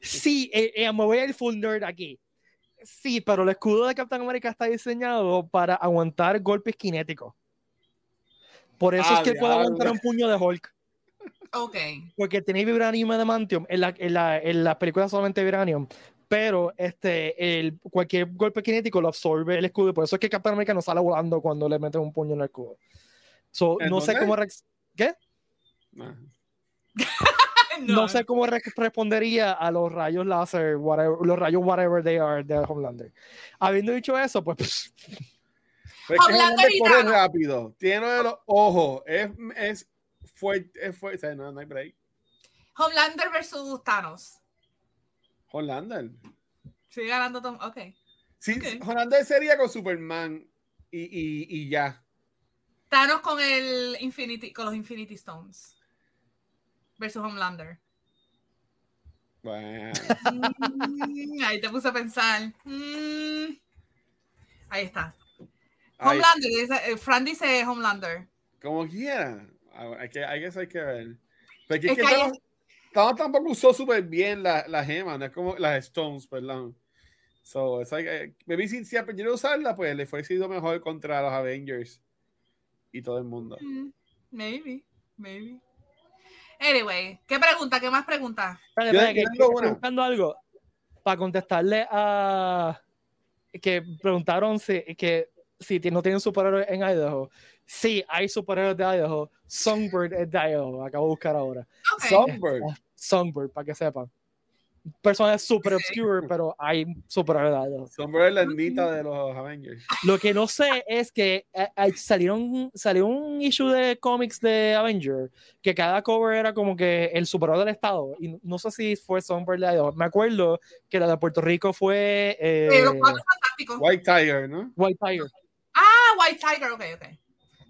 A: Sí, eh, eh, me voy al full nerd aquí. Sí, pero el escudo de Captain América está diseñado para aguantar golpes cinéticos. Por eso
C: Ah,
A: es que él puede
C: diablo.
A: aguantar un puño de Hulk.
B: Ok.
A: Porque tiene vibranium de mantium. En, la, en, la- en las películas solamente vibranium. Pero este, el, cualquier golpe cinético lo absorbe el escudo. y Por eso es que Captain América no sale volando cuando le meten un puño en el escudo. So, no sé
C: Entonces-
A: cómo reacc-
C: No.
A: no sé cómo re- respondería a los rayos láser, whatever- los rayos whatever they are de Homelander. Habiendo dicho eso, pues pss,
C: Pero es que
B: Hablando
C: Homelander corre
B: gritando.
C: rápido. Tiene de los ojos. Es, es fuerte. Es fuerte. O sea, no, no hay break.
B: Homelander versus Thanos.
C: Homelander.
B: Sigue ganando Tom. Ok.
C: Sí,
B: Ok.
C: Homelander sería con Superman. Y, y, y ya.
B: Thanos con el Infinity, con los Infinity Stones. Versus Homelander.
C: Bueno,
B: Mm, ahí te puse a pensar. Mm, ahí está.
C: ay,
B: Homelander, dice- eh, Fran dice Homelander.
C: como quiera. Ah, Hay que, hay que, eso hay que ver. Porque es
B: Es
C: que
B: que hay-
C: Thanos- Thanos tampoco usó súper bien la, la gema, no es como las Stones, perdón. So, es like, eh, maybe si, si aprendiera a usarla, pues le fue sido mejor contra los Avengers y todo el mundo.
B: Mm, maybe, maybe. Anyway, ¿qué pregunta? ¿Qué más pregunta?
A: Espérate,
C: Yo- "Ah,
A: espérate,
C: yo
A: que-
C: tengo
A: que estoy
C: una.
A: buscando algo para contestarle a que preguntaron si que si ti- no tienen superhéroes en Idaho. Sí, hay superhéroes de Idaho. Songbird es de Idaho. Acabo de buscar ahora.
B: Ok.
C: Sunbird.
A: Songbird, para que sepan. Personas super obscure, pero hay superhéroes de Idaho.
C: Sunbird es la endita de los Avengers.
A: Lo que no sé es que eh, eh, salieron, salió un issue de cómics de Avenger que cada cover era como que el superhéroe del estado. Y no sé si fue Sunbird de Idaho. Me acuerdo que la de Puerto Rico fue eh,
B: Eh, los cuatro fantásticos.
C: White Tiger, ¿no?
A: White Tiger.
B: Ah, White Tiger, ok, ok.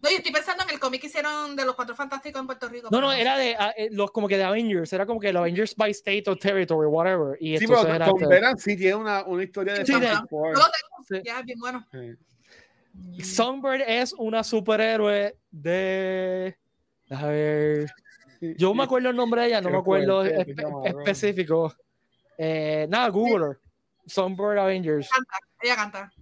B: No, yo estoy pensando en el cómic que hicieron de los cuatro fantásticos en Puerto Rico.
A: No,
B: pero
A: no, era de ah, eh, los como que de Avengers. Era como que el Avengers by State or Territory, whatever. Y
C: Sí,
A: entonces
C: pero
A: era
C: Tom
A: este-
C: Venom sí tiene una, una historia de eh,
A: Sí, de-
C: Fantastic Four.
B: Yo lo tengo,
A: Sí.
B: ya, bien bueno.
C: Sí.
A: Sunbird es una superhéroe de. A ver. Yo me acuerdo el nombre de ella, no
C: Qué
A: me acuerdo
C: fuerte,
A: espe-
C: qué cabrón.
A: específico. Eh, nada, Googler. Sunbird Avengers.
B: Mm, Ella canta.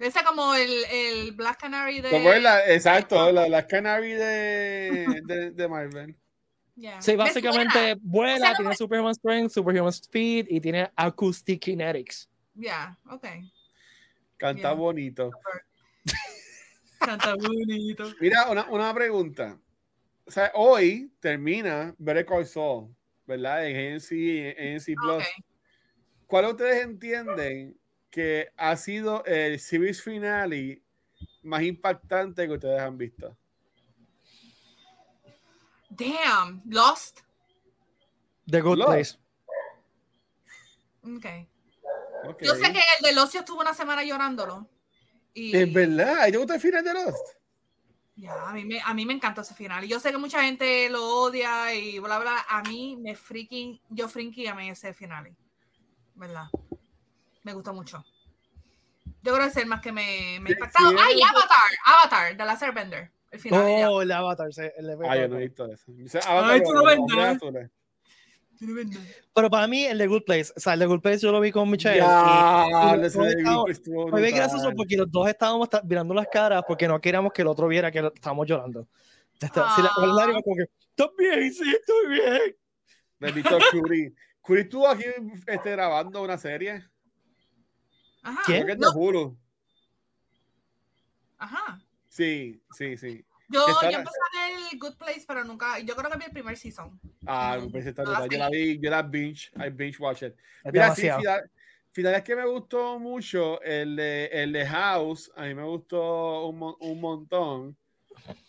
B: Ese como el, el Black Canary de.
C: Tom Brady, la- exacto, la- las Canary de, de, de Marvel.
B: Ya.
A: Sí,
B: Me suena.
A: básicamente
B: O sea,
A: vuela,
B: no
A: tiene
B: me-
A: Superhuman Strength, Superhuman Speed y tiene Acoustic Kinetics.
B: Ya, ok.
C: Canta
B: Yeah.
C: bonito.
B: Canta bonito.
C: Mira, una, una pregunta. O sea, hoy termina Better Call Saul, ¿verdad? En ANC, en ANC Plus.
B: Ok.
C: ¿Cuál ustedes entienden que ha sido el series finale más impactante que ustedes han visto?
B: Damn, Lost.
A: The Good
C: Love.
A: Place.
B: Ok.
C: Ok.
B: Yo sé que el de Lost yo estuve una semana llorándolo. Y
C: Es verdad, ¿y ¿te gusta el final de Lost?
B: Ya, a, mí me, a mí me encantó ese final. Yo sé que mucha gente lo odia y bla, bla. A mí me freaking, yo freaking amé ese final. ¿Verdad? Me gustó mucho. Yo creo que es el más que me, me ha
C: Sí,
B: impactado.
C: sí,
B: ¡Ay,
C: es-
B: Avatar! Avatar, de la Airbender. El final. de ella.
A: Oh, el Avatar. se- el
C: Ah, yo
A: efecto.
C: no he visto eso. O sea,
B: Ay, tú no ves
C: Avatar, los
B: nada.
C: azules.
A: Pero para mí, el The Good Place. O sea, el The Good Place yo lo vi con Michelle.
C: Ya,
A: y- y
C: ese
A: los dos
C: de
A: estábamos-
C: Google estuvo
A: Fue bien
C: brutal.
A: gracioso porque los dos estábamos ta- mirando las caras porque no queríamos que el otro viera que lo- estábamos llorando. Ya está. Sí, la-
B: Ah.
A: la lágrima como que, estoy bien, sí, estoy bien.
C: Bendito Curry. Curry estuvo aquí este, grabando una serie.
B: Ajá.
A: ¿Qué?
C: Creo que te
B: No,
C: juro.
B: ajá.
C: Sí, sí, sí.
B: Yo,
C: Que está
B: yo
C: la-
B: empecé a ver el Good Place, pero nunca. Yo creo que vi el primer season.
C: Ah,
B: No,
C: me parece tan
B: no
C: brutal.
B: la
C: Yo la vi, yo la binge, I binge watch it.
A: Es
C: Mira, sí,
A: demasiado.
C: final, finales que me gustó mucho, el de, el de House, a mí me gustó un, mon- un montón,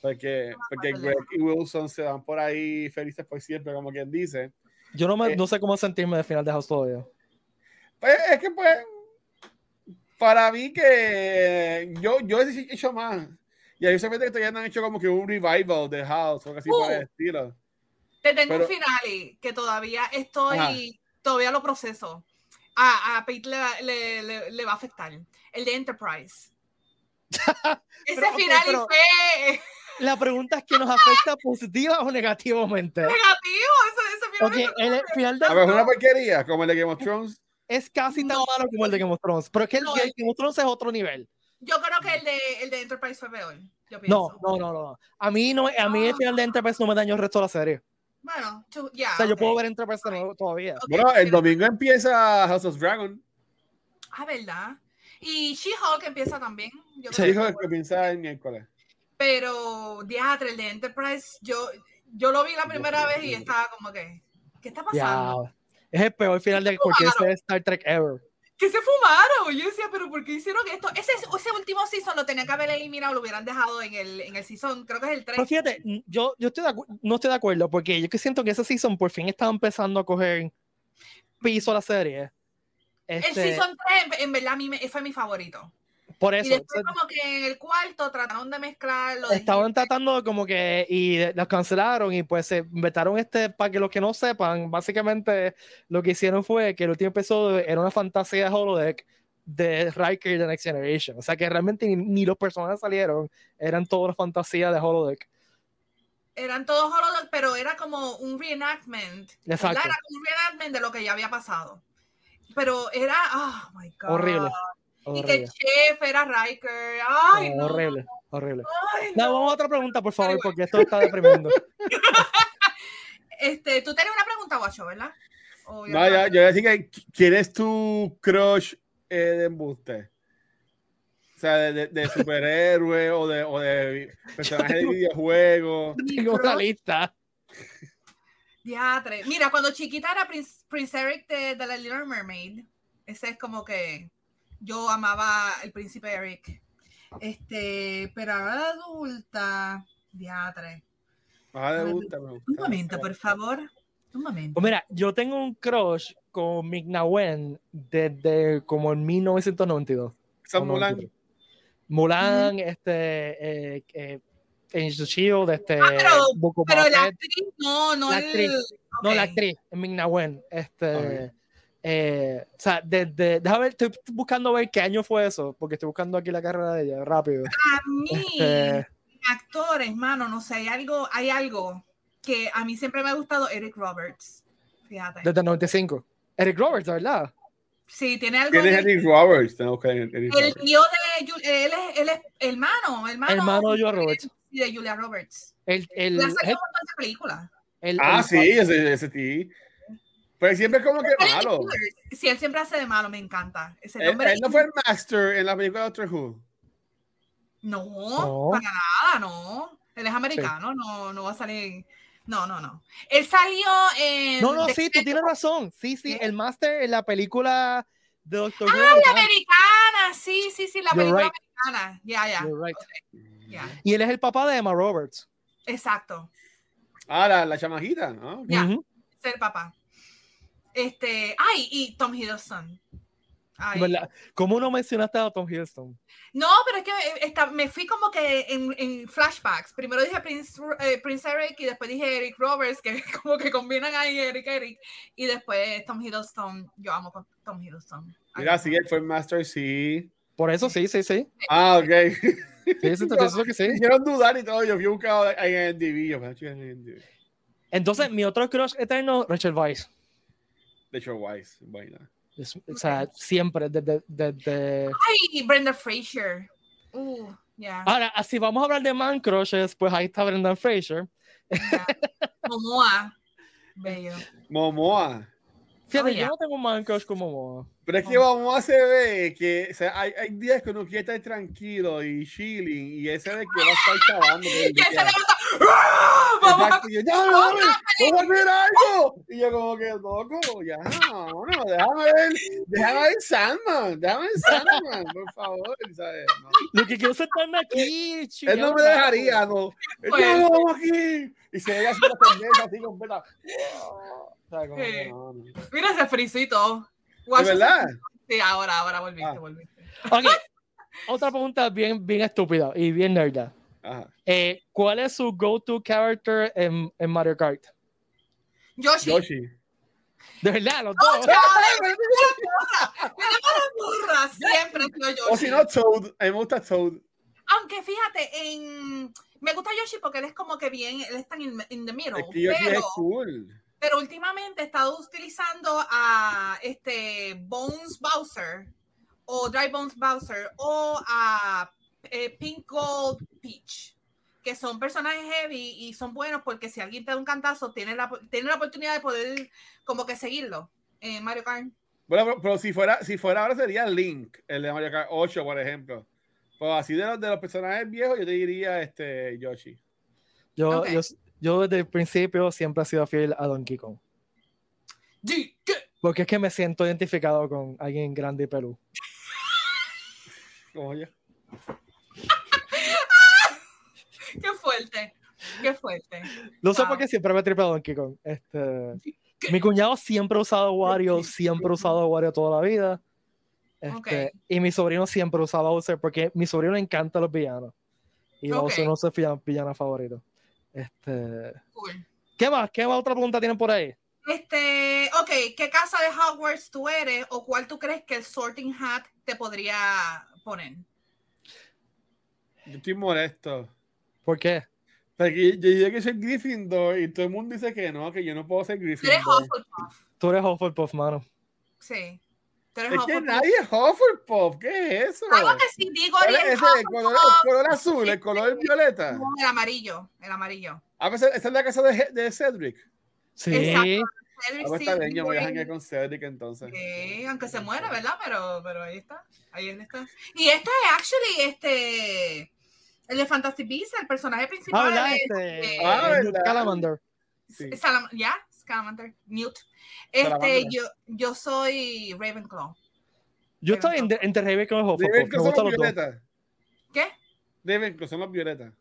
C: porque, porque Greg y Wilson se van por ahí felices por siempre, como quien dice.
A: Yo no, me,
C: Eh.
A: no sé cómo sentirme de final de House todavía.
C: Pues, es que pues, para mí que yo, yo he hecho más. Y ahí se ve que todavía no han hecho como que un revival de House, o algo así por el
B: Uh.
C: estilo.
B: Te tengo
C: Pero-
B: un finale que todavía estoy,
C: Ajá.
B: todavía lo proceso. A, a Pete le, va- le- le- le va a afectar. El de Enterprise. Ese
A: Pero, ok,
B: final
A: pero-
B: fue
A: La pregunta es que nos afecta positiva o negativamente.
B: negativo. Ese, ese final
A: Ok,
B: fue-
A: el final de
C: A ver, es una porquería, como el de Game of Thrones.
A: es casi tan
B: No.
A: malo como el de Game of Thrones, pero es que el,
B: No,
A: que el
B: el-
A: Game of Thrones es otro nivel.
B: Yo creo que el de, el de Enterprise fue peor. Yo
A: No,
B: pienso. Ah.
A: no, no, no. A mí, no, a mí el final de Enterprise no me dañó el resto de la serie.
B: Bueno, ya.
A: O sea, yo puedo ver Enterprise de nuevo todavía.
C: Bueno, el domingo empieza House of Dragon.
B: Ah, ¿verdad? Y She-Hulk empieza también. Yo
A: Sí.
B: creo
C: Dijo
B: que-
C: que comienza el miércoles.
B: Pero Diatre, el de Enterprise, yo, yo lo vi la primera vez y estaba como que, ¿qué está
A: Ya.
B: pasando?
A: Es el peor final de cualquier serie de Star Trek ever.
B: ¿Qué se fumaron? Yo decía, ¿pero por qué hicieron esto? Ese, ese último season lo tenían que haber eliminado, lo hubieran dejado en el, en el season, creo que es el
A: Pero
B: 3.
A: Pues fíjate, n- yo, yo estoy de acu- no estoy de acuerdo porque yo que siento que ese season por fin estaba empezando a coger piso a la serie.
B: El
A: Este,
B: season 3, en, en verdad, a mí me- fue mi favorito.
A: Por
B: Y
A: eso.
B: después como que en el cuarto trataron de mezclarlo. de
A: Estaban
B: gente.
A: tratando de como que y de- los cancelaron y pues se inventaron este para que los que no sepan, básicamente lo que hicieron fue que el último episodio era una fantasía de holodeck de Riker y The Next Generation, o sea que realmente ni, ni los personajes salieron, eran todas fantasías de holodeck.
B: Eran todos horror, pero era como un reenactment. ¿verdad?
A: Exacto.
B: Era como un reenactment de lo que ya había pasado. Pero era, oh my God.
A: Horrible.
B: Y
A: Horrible. Oh,
B: que el chef era Riker. Ay, no.
A: horrible, horrible.
B: ay,
A: No,
B: no.
A: vamos a otra pregunta, por favor, porque esto está deprimiendo.
B: Este, tú tenías una pregunta, Guacho, ¿verdad? O yo
C: No,
B: no-
C: ya, yo voy a decir que ¿quién es tu crush eh, de embuste? O sea, de, de- de superhéroe o de, o de personaje de videojuego.
A: Tengo una
B: crush.
A: lista.
B: Diatre. Mira, cuando chiquita era Prince, Prince Eric de, de la Little Mermaid. Ese es como que yo amaba el príncipe Eric. Este, pero ahora de adulta, diatre.
C: Ah, me gusta, me gusta.
B: Un momento, por favor. Un momento.
A: Pues mira, yo tengo un crush con Mick Nawen desde como en 1992.
C: San
A: No,
C: Mulan.
A: mentira. Mulan, este, eh, eh, Agents of Shield, este,
B: Ah, pero-
A: Book of
B: Pero
A: Boba
B: la
A: Fett.
B: actriz, no, no
A: La
B: el-
A: actriz. no, la
B: ok.
A: actriz, Mick Nawen, este,
C: Ok.
A: eh, o sea, desde, déjame ver, estoy buscando ver qué año fue eso, porque estoy buscando aquí la carrera de ella, rápido.
B: A mí,
A: Este,
B: actores, mano, no sé, hay algo, hay algo que a mí siempre me ha gustado Eric Roberts. Fíjate.
A: desde el 95. Eric Roberts, ¿verdad?
B: Sí, tiene algo.
C: ¿Quién es
B: de-
C: Eric Roberts? Tengo que buscar a Eric
B: El
C: Roberts.
B: tío de Ju- él es, él es hermano, hermano.
A: Hermano de Julia Roberts.
B: Ah, Sí, de Julia Roberts.
A: El, el,
B: La sacó
A: el-
B: un montón de películas.
A: el-
C: Ah,
A: el-
C: sí, ese, ese tío. Pero siempre es como que
B: Él es
C: malo.
B: Killer. Sí, él siempre hace de malo, me encanta. Ese
A: Eh,
C: Él,
B: nombre.
C: él no fue el master en la película Doctor Who.
B: No,
A: No.
B: para nada, no. Él es americano, no, no va a salir. No, no, no. Él salió en.
A: No, no,
B: The
A: sí, tú tienes razón. Sí, sí,
B: ¿Qué?
A: el máster en la película de Doctor
B: Ah,
A: Who. Ah,
B: Americana, sí, sí, sí, la
A: You're
B: película
A: right.
B: americana. Ya, ya,
A: You're right.
B: ya.
A: Y él es el papá de Emma Roberts.
B: Exacto.
C: Ah, la, la chamajita. ¿no?
B: Ya.
A: Ujú.
B: Ser papá. Este. Ay, y Tom Hiddleston. Ay.
A: ¿Verdad? ¿Cómo no mencionaste a Tom Hiddleston?
B: No, pero es que eh, está- me fui como que en, en flashbacks. Primero dije Prince, Ru- eh, Prince Eric y después dije Eric Roberts, que como que combinan ahí Eric, Eric. Y después Tom Hiddleston. Yo amo con Tom Hiddleston. Ay,
C: Mira, sí, él fue el master, sí.
A: Por eso sí, sí, sí.
C: Ah, ok.
A: Sí, sí, te- te digo que sí.
C: Me hicieron dudar y todo. Yo fui buscado en NDB. Yo, "Macho, en IMDb".
A: Entonces, mi otro crush eterno, Rachel Weisz.
C: De hecho, Wise, vaina.
A: Es- o sea, siempre, desde... desde-
B: y Brenda Fraser. Uh, ya.
A: Ahora, así vamos a hablar de man crushes, pues ahí está Brendan Fraser.
B: ya. Momoa. Bello.
C: Momoa.
A: Fíjate,
B: Oh, yeah.
A: yo no tengo un man crush como Momoa.
C: Pero es que Momoa se ve que o sea, hay, hay días que uno quiere estar tranquilo y chilling y ese ve que va a estar chavando. todo el
B: Y él se
C: día.
B: levanta, ¡ah! Vamos a
C: Exacto, y yo, ya, no,
B: ¡Vamos
C: mami, vamos a hacer algo. Y yo como que, loco, ya, no, no, déjame ver, déjame ver Sandman, déjame ver Sandman, por favor, ¿sabes? No.
A: Lo que quiero es sentarme aquí,
C: Él no me
A: chillando.
C: dejaría, no. Él,
B: Pues-
C: no, vamos aquí. Y se ve así la pendeja, así completa. O sea, como que
B: Sí.
C: no, no.
B: Mira ese frisito.
C: ¿De verdad?
B: Pues, Sí, ahora, ahora volviste,
C: Ah.
B: volviste.
A: Ok. Otra pregunta bien, bien estúpida y bien nerda.
C: Ajá.
A: Eh, ¿Cuál es su go-to character en, en Mario Kart?
B: Yoshi.
C: Yoshi.
A: De verdad, los
B: ¡Oh,
C: Ah,
A: dos.
B: chaval! burra! Siempre fui Yoshi.
C: O si no, Toad. A mí me gusta Toad.
B: Aunque fíjate, en... me gusta Yoshi porque él es como que bien, él está en in the middle.
C: Es que Yoshi
B: pero,
C: es cool.
B: pero últimamente he estado utilizando a este Bones Bowser o Dry Bones Bowser o a eh, Pink Gold Peach, que son personajes heavy y son buenos porque si alguien te da un cantazo, tiene la, tiene la oportunidad de poder como que seguirlo en Mario Kart.
C: Bueno, pero, pero si, fuera, si fuera ahora sería Link, el de Mario Kart 8, por ejemplo. Pero así de los, de los personajes viejos, yo te diría este, Yoshi.
A: Yo,
B: Ok.
A: yo, yo desde el principio siempre he sido fiel a Donkey Kong.
B: Sí, sí.
A: Porque es que me siento identificado con alguien grande y pelú.
C: Como yo.
B: Qué fuerte, qué fuerte.
A: No sé
B: Wow.
A: por qué siempre me tripe Donkey Kong. Este, mi cuñado siempre ha usado Wario, siempre ha usado Wario toda la vida. Este,
B: Ok.
A: Y mi sobrino siempre usa Bowser porque mi sobrino le encanta los villanos. Y
B: Ok.
A: Bowser no es su villano, villano favorito. Este,
B: Cool.
A: ¿Qué más? ¿Qué más otra pregunta tienen por ahí?
B: Este, ok, ¿qué casa de Hogwarts tú eres o cuál tú crees que el Sorting Hat te podría poner?
C: Yo estoy molesto.
A: ¿Por qué?
C: Porque yo dije que soy Gryffindor y todo el mundo dice que no, que yo no puedo ser
B: Tú eres
C: Gryffindor.
B: Hufflepuff,
A: Tú eres Hufflepuff, mano.
B: sí. Tú eres
C: Es que
B: Hufflepuff.
C: nadie es Hufflepuff. ¿Qué es eso?
B: Claro que sí, digo
C: ¿Cuál es
B: Ariel
C: ese? ¿El color, el color azul, el color violeta.
B: Hufflepuff, el amarillo, el amarillo.
C: A veces Ah, pues, esa es la casa de, He- de Cedric.
A: Sí.
B: Exacto.
C: Ah, pues está bien, yo voy a janguear con Cedric entonces.
B: Sí, aunque se muera, ¿verdad? Pero, pero ahí está, ahí él está. Y esta es actually este el de Fantasy Beasts, el personaje
A: Ah,
B: principal.
A: ¿verdad?
B: es,
A: Este,
B: eh,
C: Ah,
A: Newt
C: ¿verdad?
A: Calamander.
C: Este, Sí.
B: Salam- ya, Scamander, Newt. Este,
C: Salamander.
B: yo, yo soy Ravenclaw.
A: Yo estoy en- entre Ravenclaw y Hufflepuff. Me
C: Ravenclaw son
A: gustan
C: los
A: los dos.
C: violetas.
B: ¿Qué?
C: Ravenclaw son los violetas.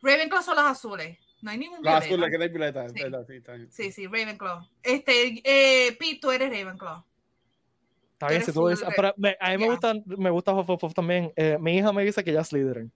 B: Ravenclaw son los azules. No hay ningún
C: Los
B: violeta.
C: azules, que no hay violetas.
B: Sí.
C: ¿verdad? Sí, está bien.
B: Sí, sí, Ravenclaw. Este, eh, Pete, tú eres Ravenclaw.
A: Está bien,
B: eres
A: si tú ves-
B: full
A: pero me- a mí me
B: ya.
A: gusta, me gusta Hufflepuff también. Eh, mi hija me dice que ya es Slytherin.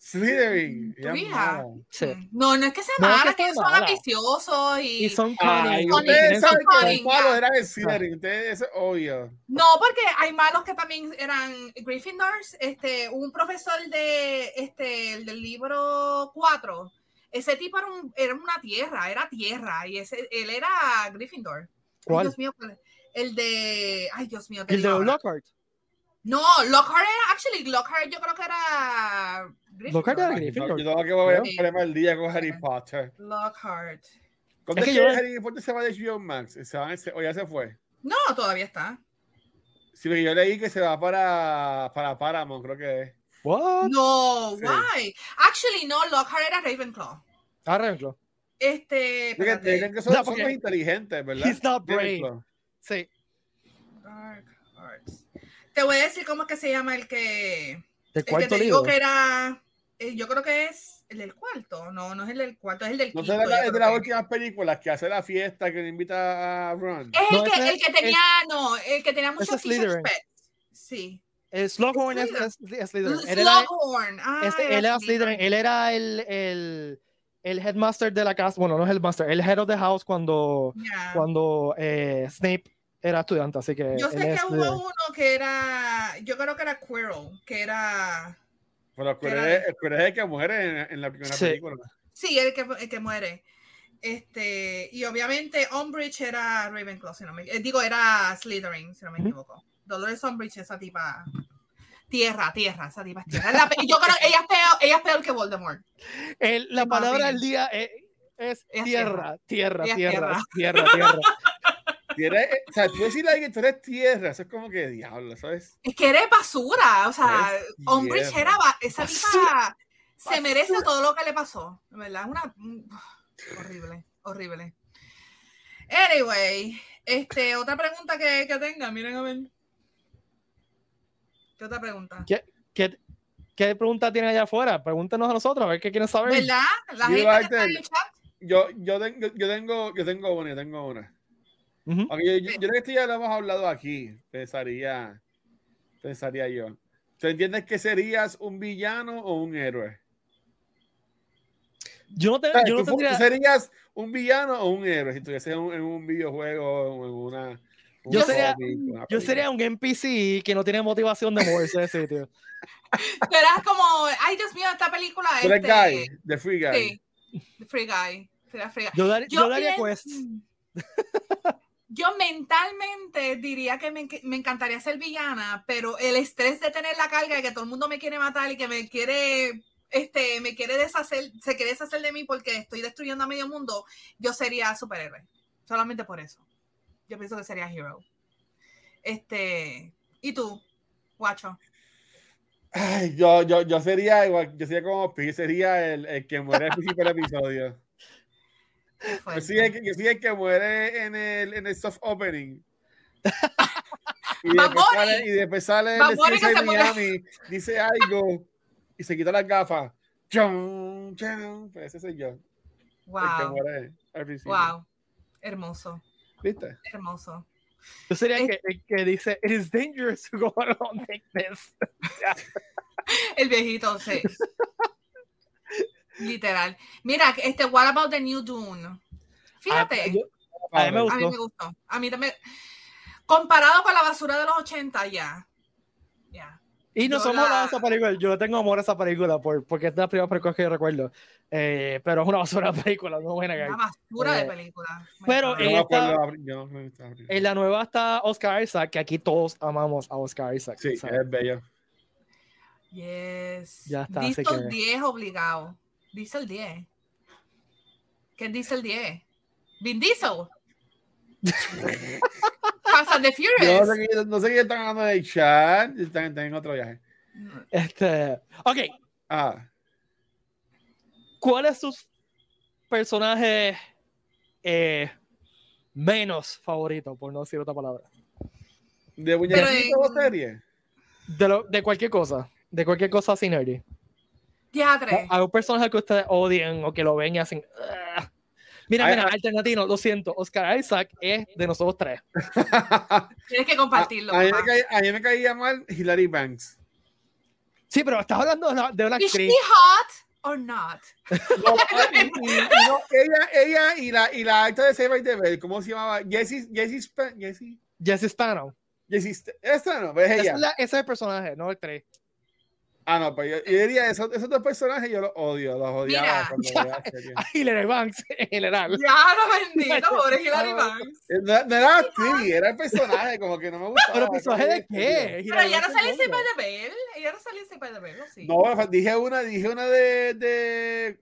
C: Slytherin.
B: Mm, Tu
C: ella es
B: hija.
C: mala.
A: Sí.
B: Mm. No, no es que sea
A: No es que
B: mala,
A: sea
B: que ellos son
A: mala.
B: ambiciosos y...
A: Y son
C: Ay,
A: cunning,
B: Connie,
A: tienen
C: ustedes
A: sus
C: saben que
B: Connie,
C: los malos
B: ya.
C: eran el
A: Ah.
C: Slytherin. Ustedes, eso es obvio.
B: No, porque hay malos que también eran Gryffindors. Este, un profesor de este el del libro 4. Ese tipo era, un- era una tierra, era tierra y ese él era Gryffindor. Ay,
A: ¿Cuál?
B: Dios mío, ¿cuál es? el de ay, Dios mío, te
A: El de
B: digo ahora.
A: Lockhart.
B: No, Lockhart era actually Lockhart, yo creo que era Gryffindor.
A: Lockhart era
C: Yo yo
A: Gryffindor.
C: tengo que volver a
B: Sí.
C: ponerme al día con Harry Potter.
B: Lockhart.
A: Es
C: ¿Cuándo
A: que
C: es que,
A: yo-
C: Harry Potter se va de HBO Max? Se van- se- o ya se fue.
B: No, todavía está.
C: Sí, porque yo leí que se va para, para Paramount, creo que es.
A: What?
B: No,
C: Sí.
B: why? Actually no, Lockhart era Ravenclaw.
A: Ah, Ravenclaw.
B: Este,
C: Porque
B: espérate.
C: dicen que son,
A: No,
C: son
A: porque-
C: más inteligentes, ¿verdad?
A: He's not brave.
C: Ravenclaw.
A: Sí.
B: Dark Arts. Te voy a decir cómo es que se llama el que.
A: El
B: El que
A: cuarto
B: te digo
A: libro.
B: que era. eh, yo creo que es el del cuarto. No, no es el del cuarto, es el del
C: No
B: quinto.
C: sé,
B: yo
C: la- es
B: creo
C: de las
B: que.
C: últimas películas que hace la fiesta que le invita a Ron.
B: Es el,
A: No,
B: que,
A: ese
B: el que tenía. no, el que tenía muchos
A: es
B: teacher's
A: Slytherin.
B: pets. Sí.
A: Eh, Slughorn es, es, es Slytherin. Él era,
B: Slughorn. Ah,
A: este, él era Slytherin. Él era el, el, el headmaster de la casa. Bueno, no es headmaster, el head of the house cuando,
B: Ya.
A: cuando eh, Snape era estudiante. Así que.
B: Yo
A: él
B: sé
A: es
B: que hubo
A: Slytherin.
B: uno que era. Yo creo que era Quirrell, que era.
C: Pero
B: Era
C: Quirrell es Quirrell es el que muere en, en la primera
A: Sí.
C: película.
B: Sí, el que, el que muere. Este, y obviamente Umbridge era Ravenclaw, si no me eh, digo, era Slytherin, si no me
A: Ujú.
B: equivoco. Dolores Umbridge, esa tipa. Tierra, tierra, esa tipa es tierra. Es la pe- yo creo que ella es peor, ella es peor que Voldemort.
A: El- la
B: Imagínate.
A: palabra del día es, es
B: Es
A: tierra, tierra,
B: Es
A: tierra, tierra, tierra.
C: Si eres- eh, o sea, tú decirle a alguien que tú eres tierra, eso es como que diablo, ¿sabes?
B: Es que eres basura. O sea,
C: Es
B: Umbridge
C: tierra.
B: era ba- esa
A: Basura.
B: tipa se merece todo lo que le pasó. de ¿Verdad? Una mm, horrible, horrible. Anyway, este, otra pregunta que, que tenga, miren a ver. ¿Qué otra pregunta?
A: ¿Qué, ¿Qué pregunta tienen allá afuera? Pregúntenos a nosotros, a ver qué quieren saber.
B: ¿Verdad? La
C: Yo
B: gente
C: iba a
B: que está en el chat.
C: Yo, yo, tengo, yo, tengo, yo tengo una, yo tengo una.
A: Ujú.
C: Aunque yo, yo- yo creo que esto ya lo hemos hablado aquí, pensaría, pensaría yo. ¿Tú entiendes que serías un villano o un héroe?
A: Yo no, te-
C: O sea,
A: yo no
C: ¿tú, fu- tú
A: tendría-
C: serías un villano o un héroe si estuvieses en, un- en un videojuego o en una... un
A: Yo sería-
C: cómic, una
A: Yo
C: película?
A: sería un NPC que no tiene motivación de moverse de sitio.
B: Serás como, ay Dios mío, esta película
C: Tú eres
B: este,
C: guy, the free guy.
B: Sí, The Free Guy. Será Free Guy.
A: Yo, dar- yo daría
B: men-
A: quests.
B: Mm. Yo mentalmente diría que me, enc- me encantaría ser villana, pero el estrés de tener la carga de que todo el mundo me quiere matar y que me quiere, este, me quiere deshacer, se quiere deshacer de mí porque estoy destruyendo a medio mundo, yo sería superhéroe. Solamente por eso. Yo pienso que sería hero. Este, ¿y tú, guacho?
C: Ay, yo, yo, yo sería igual, yo sería como Pi, sería el, el que muere al principio del episodio.
B: ¿Qué fue?
C: Yo soy, el, que- yo soy el que muere en el, en el soft opening. Y
B: Bad
C: después
B: Bunny.
C: sale, y después sale el
B: Bad
C: de
B: Bunny que
C: CSI
B: se muere.
C: Miami, dice algo y se quita las gafas. Chon, chon. Pues ese soy yo, el que
B: Wow,
C: muere al principio.
B: wow. Hermoso,
C: ¿Viste?
B: hermoso.
A: Yo sería el que, el que dice, it is dangerous to go along like this.
B: El viejito, sí. Literal. Mira, este What About the New Dune. Fíjate,
A: Ah,
B: a,
A: yo- a mí me gustó.
B: mí me gustó. A mí también. Comparado con la basura de los 80, ya. Ya.
A: Y no
B: yo
A: somos
B: la-
A: la... esa película. Yo le tengo amor a esa película por, porque es de las primeras películas que yo recuerdo. Eh, pero es una basura de película, no buena que
B: Una basura
A: Eh,
B: de película. Me
A: pero,
C: Yo
A: eh,
B: encanta.
C: no me
A: esta-
C: acuerdo de la- yo no me acuerdo de la película.
A: En la nueva está Oscar Isaac, que aquí todos amamos a Oscar Isaac.
C: Sí,
A: ¿sabes?
C: es bello.
B: Yes.
A: eh, Ya está, así
B: Diesel
A: que-
B: 10 obligado. Diesel 10. ¿Qué es Diesel 10? Vin Diesel. Fast and the
C: Yo
B: Furious.
C: no sé qué- no sé qué están hablando de chat. Están, están en otro viaje.
A: Este, ok,
C: Ah,
A: ¿cuáles sus personajes eh, menos favoritos, por no decir otra palabra?
C: ¿de Buñecito o
B: en-
C: serie?
A: De, lo- de cualquier cosa, de cualquier cosa sin nerdy.
B: Teatre.
A: Hay un personaje que ustedes odien o que lo ven y hacen... "Ugh". Mira,
C: Ay,
A: mira,
C: ay.
A: alternativo, lo siento, Oscar Isaac es de nosotros tres.
B: Tienes que compartirlo.
C: A, a mí me
B: papá.
C: caía- a mí me caía mal Hilary Banks.
A: Sí, pero estás hablando de una, de una
B: Is she
A: actriz.
B: hot or not?
C: No, y- y- y no, ella, ella y la, y la acta de Save by the Bell, ¿cómo se llamaba? Jessie, Jessie, Sp- Jessie,
A: Jesse Stano.
C: Jessie, St- esta no, pues es
A: Esa
C: ella.
A: es la- Ese es el personaje, no el tres.
C: Ah, no, pues yo, yo diría, esos, esos dos personajes yo los odio, los odiaba
B: Mira.
C: cuando veía la serie.
A: Hilary Banks en general.
B: Ya, no bendito, pobre Hilary Banks.
C: Eh, No, no era actriz, era el personaje, como que no me gustaba.
A: ¿Pero personaje de qué?
B: Pero ella no sale
A: Hilary
B: en Saved by the Bell. Ella no sale en Saved by the Bell, ¿o sí?
C: No, pues, dije una, dije una de, de...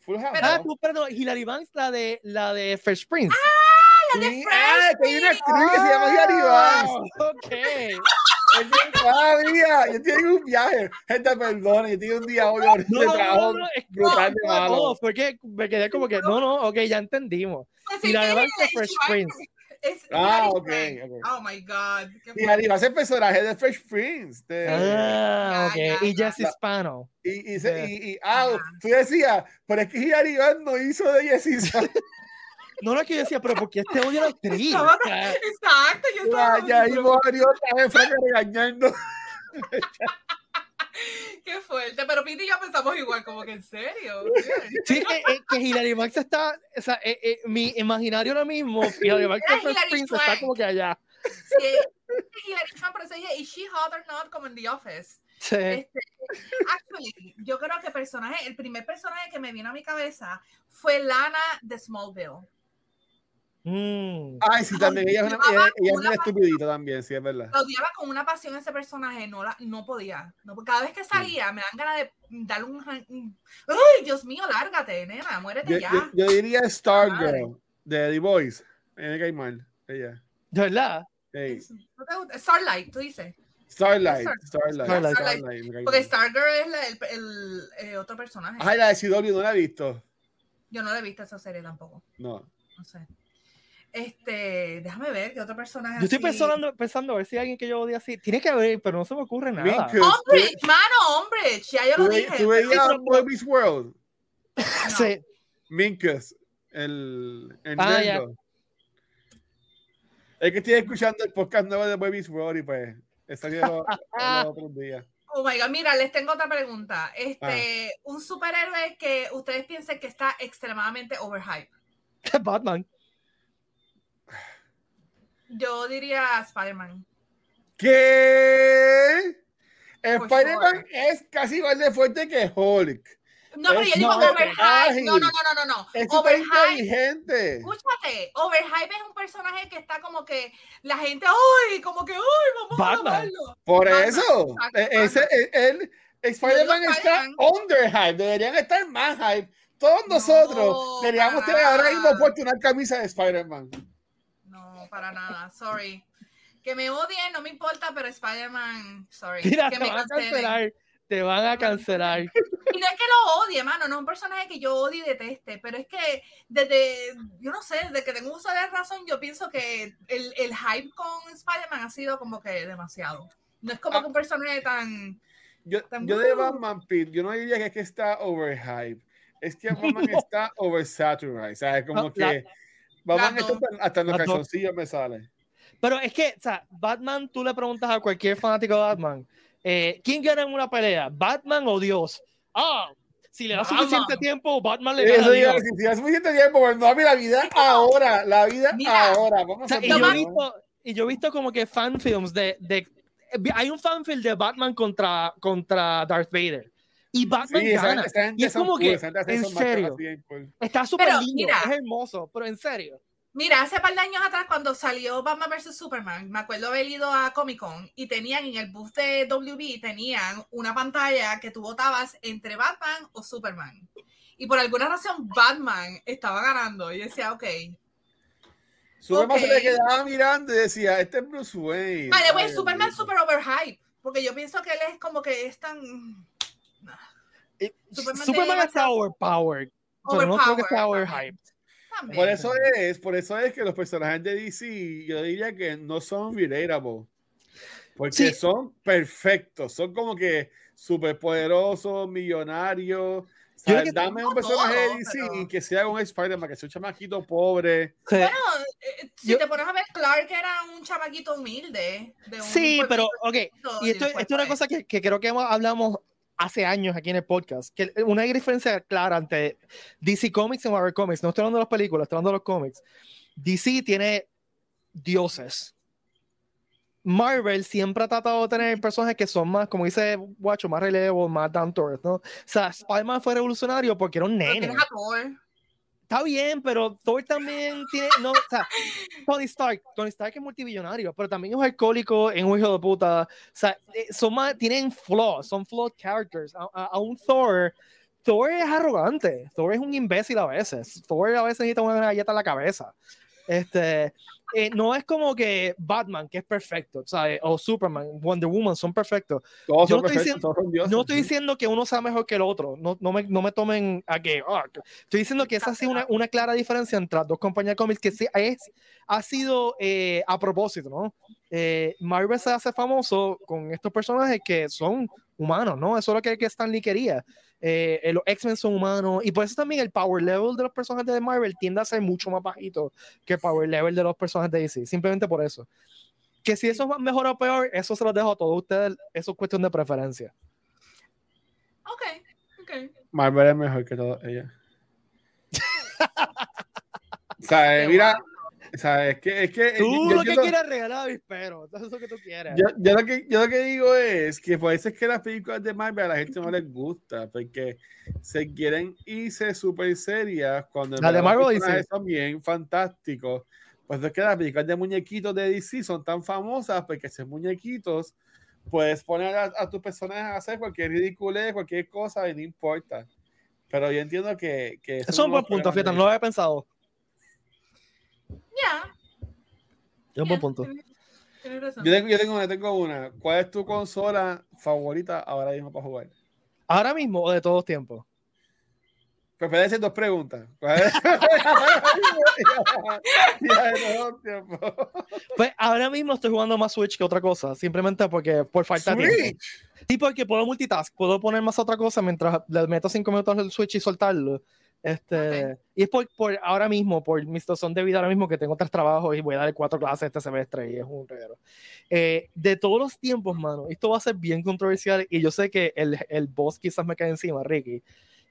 C: Full House.
A: Ah,
C: ¿no?
A: tú, perdón, Hilary Banks, la de, la de Fresh Prince.
C: Sí, ah, que hay una actriz que se llama Hilary
A: Ah,
C: Banks.
A: ok.
C: Ah, mira, yo tengo un viaje. Gente, perdón, yo tengo un día hoy de
A: No, no,
C: trabajo
A: no, no, es que
C: brutal de
A: no, no,
C: malo.
A: fue que me quedé como que, no, no, ok, ya entendimos.
B: Pues sí,
A: Hilary
B: que
A: Banks es
B: Hilary
A: Fresh Prince.
B: es
C: Ah,
B: Hilary
C: ok,
B: Banks.
C: ok.
B: Oh my God. qué
C: Y Hilary Banks es el personaje de Fresh Prince. de-
A: Ah,
B: Ya,
A: ok.
B: ya,
A: Y
B: ya.
A: Jesse Spano.
C: y, y, se-
A: Ya.
C: y- y- ah, tú decías, pero es que Hilary Banks no hizo de Jessica.
A: No, no, que yo decía, pero ¿por qué este odio a la actriz?
B: Estaba-
A: O sea,
B: Exacto, yo estaba.
C: Ya, ya, y Mario otra vez Frank regañando.
B: Qué fuerte, pero Piti y yo pensamos igual, como que en serio.
A: Sí, eh, eh, que Hilary Banks está, o sea, eh, eh, mi imaginario ahora mismo, Hilary Banks de
B: Era
A: Fresh
B: Hilary
A: Prince
B: Swank.
A: está como que allá.
B: Sí, Hillary Trump, pero ella, ¿is she hot or not? Como en The Office.
A: Sí.
B: Este, actually, yo creo que personaje, el primer personaje que me vino a mi cabeza fue Lana de Smallville.
A: Mm.
C: Ay, sí, también. Ella es una, ella, ella es una estupidita también, sí, es verdad.
B: La odiaba con una pasión ese personaje, no la, no podía. No, cada vez que salía, me dan ganas de darle un, jan- un- ¡Ay, Dios mío, lárgate, nena! Muérete
C: Yo,
B: ya.
C: yo- yo diría Stargirl
B: Madre.
C: de The Boys. Ella me cae mal. Ella.
A: ¿De verdad?
C: Ey,
B: ¿No te gusta? Starlight, tú dices.
C: Starlight.
B: Starlight.
C: Starlight.
A: Starlight.
C: Starlight, me cae
B: Porque
C: mal.
B: Stargirl es la- el, el, eh, otro personaje.
C: Ay, la de CW no la he visto.
B: Yo no le he visto esa serie tampoco.
C: No.
B: No sé. Este, déjame ver qué otro personaje.
A: Yo estoy
B: así-
A: pensando, pensando a ver si hay alguien que yo odie así. Tiene que haber, pero no se me ocurre nada.
C: Minkus.
B: Hombre, mano, hombre, ya yo
C: ¿Tú,
B: lo
C: ve-
B: dije.
C: tú veías
A: Eso-
C: Boy's World?
B: No.
A: Sí.
C: Minkus. El, el
A: Ah,
C: nerdo. Es que estoy escuchando el podcast nuevo de Boy's World y pues. Está bien los los otros días.
B: Oh my God, mira, les tengo otra
C: Ah.
B: pregunta. Este, un superhéroe que ustedes piensen que está extremadamente overhyped.
A: Batman.
B: Yo diría Spider-Man.
C: ¿Qué?
B: Por
C: Spider-Man
B: favor.
C: es casi igual de fuerte que Hulk.
B: No, pero yo
A: Es-
B: digo
A: no,
B: overhyped. No, no, no, no, no, no.
C: Es súper
B: Overhyped.
C: inteligente.
B: Escúchate, Overhype es un personaje que está como que la gente, ¡ay! Como que, ¡ay! Vamos
A: Batman.
B: a amarlo.
C: Por
B: Batman,
C: eso.
B: exacto,
C: eh, Ese, eh, él, Spider-Man está
B: Spider-Man.
C: under hype. Deberían estar más hype. Todos nosotros deberíamos tener ahora mismo
B: para.
C: puesto una camisa de Spider-Man.
B: No, para nada, sorry. Que me odien, no me importa, pero Spider-Man, sorry.
A: Mira,
B: que
A: te
B: me
A: van a
B: cancelen.
A: cancelar. Te van a cancelar.
B: Y no es que lo odie, mano, no es un personaje que yo odie y deteste, pero es que desde, yo no sé, desde que tengo uso de razón, yo pienso que el, el hype con Spider-Man ha sido como que demasiado. No es como que un personaje tan...
C: Yo,
B: Tan-
C: yo de Batman Pete, yo no diría que, es que está overhype. Es que Batman está oversaturated. ¿Sabes? Como
A: No,
C: que Batman,
B: Las
C: esto
B: dos.
C: hasta, hasta en los
A: Las dos.
C: calzoncillos me sale.
A: Pero es que, o sea, Batman, tú le preguntas a cualquier fanático de Batman, eh, ¿quién gana en una pelea? ¿Batman o Dios? Ah, si le da
B: Batman.
A: suficiente tiempo, Batman le gana.
C: Eso
A: a
C: yo,
A: Dios.
C: si, si hace suficiente tiempo, pues no, mira, la vida ahora, la vida
B: Mira.
C: ahora. Vamos
A: O sea,
C: a
A: y, yo he
C: hacerlo.
A: visto, y yo he visto como que fanfilms de, de. Hay un fanfilm de Batman contra, contra Darth Vader. Y Batman
C: Sí, esa-
A: gana.
C: esa gente
A: Y es
C: son
A: como
C: cool,
A: que,
C: esa gente hace
A: en
C: esos machos
A: serio.
C: así bien cool.
A: Está súper
B: Pero,
A: lindo,
B: mira.
A: es hermoso, pero en serio.
B: Mira, hace par de años atrás, cuando salió Batman vs. Superman, me acuerdo haber ido a Comic Con y tenían en el booth de WB, tenían una pantalla que tú votabas entre Batman o Superman. Y por alguna razón Batman estaba ganando. Y yo decía, ok.
C: Superman se
B: Ok.
C: le quedaba mirando y decía, este es Bruce
B: By
C: Wayne.
A: pues,
B: the way,
C: Ay,
B: Superman
C: Dios.
B: super overhype. Porque yo pienso que él es como que es tan
A: Eh,
B: Superman
A: Superman,
B: tiene
A: está overpowered. Pero no creo que sea
B: overpowered.
A: overhype.
B: también.
C: Por eso es, por eso es que los personajes de DC, yo diría que no son relatable. Porque
A: Sí.
C: son perfectos, son como que superpoderosos, millonarios. O
A: Yo
C: sea,
A: creo que-
C: dame un
B: No
C: personaje de
B: todos,
C: DC
B: pero-
C: que sea un Spider-Man, que sea un chamaquito pobre.
A: O sea,
B: Bueno, eh, si
A: Yo-
B: te pones a ver, Clark era un chamaquito humilde. de un
A: sí, pero, ok.
B: pueblito,
A: Y esto,
B: después pues,
A: esto es una
B: fue-
A: cosa que, que creo que hemos- hablamos hace años aquí en el podcast. Que una diferencia clara entre DC Comics y Marvel Comics. No estoy hablando de las películas, estoy hablando de los cómics. DC tiene dioses. Marvel siempre ha tratado de tener personajes que son más, como dice Guacho, más relevo, más down to earth, ¿no? O sea, Spider-Man fue revolucionario porque era un
B: pero
A: nene.
B: tienes a Thor.
A: Está bien, pero Thor también tiene. No, o sea, Tony Stark. Tony Stark es multibillonario, pero también es alcohólico, es un hijo de puta. O sea, eh, son más, tienen flaws, son flawed characters. A, a- a un Thor, Thor es arrogante. Thor es un imbécil a veces. Thor a veces necesita una galleta en la cabeza. Este, eh, no es como que Batman, que es perfecto, ¿sabes? o Superman, Wonder Woman son perfectos.
C: Todos
A: Yo
C: son
A: no estoy
C: perfectos,
A: diciendo-
C: todos son dioses.
A: No estoy diciendo que uno sea mejor que el otro. No, no, me, no me tomen a que. ah, que- estoy diciendo que esa ha sido una, una clara diferencia entre las dos compañías de cómics que sí es, ha sido eh, a propósito, ¿no? Eh, Marvel se hace famoso con estos personajes que son humanos, ¿no? Eso es lo que, que Stan Lee quería. Eh, eh, los X-Men son humanos y por eso también el power level de los personajes de Marvel tiende a ser mucho más bajito que el power level de los personajes de DC, simplemente por eso. Que si eso es mejor o peor, eso se los dejo a todos ustedes, eso es cuestión de preferencia.
B: Ok, ok.
C: Marvel es mejor que todo ella. o sea, eh, mira, o sea, es que, es que
A: Tú
C: yo-
A: lo
C: yo
A: que
C: no-
A: quieras regalar avispero. Eso es lo que tú quieras.
C: Yo, yo lo que, yo lo que digo es que por eso es que las películas de Marvel a la gente no les gusta, porque se quieren irse súper serias cuando en
A: La de
C: verdad los
A: Marvel,
C: personajes
A: dice.
C: son bien fantásticos. Pues es que las películas de muñequitos de DC son tan famosas porque esos muñequitos puedes poner a, a tus personajes a hacer cualquier ridiculez, cualquier cosa y no importa. Pero yo entiendo que... que
A: Eso es un buen punto, fíjate, no lo había pensado.
B: Ya.
A: Es un buen punto.
B: Tienes razón.
C: Yo tengo, yo tengo una, tengo una. ¿Cuál es tu consola favorita ahora mismo para jugar?
A: Ahora mismo o de todos tiempos.
C: Pues puede ser dos preguntas. ¿Cuál es? Ya, ya, ya, no, tiempo.
A: Pues ahora mismo estoy jugando más Switch que otra cosa, simplemente porque por falta de tiempo.
C: Switch.
A: Sí, porque puedo multitask, puedo poner más otra cosa mientras le meto cinco minutos al Switch y soltarlo. Este, Y es por, por ahora mismo, por mi situación de vida ahora mismo, que tengo tres trabajos y voy a dar cuatro clases este semestre y es un reguero. Eh, de todos los tiempos, mano, esto va a ser bien controversial y yo sé que el, el boss quizás me cae encima, Ricky.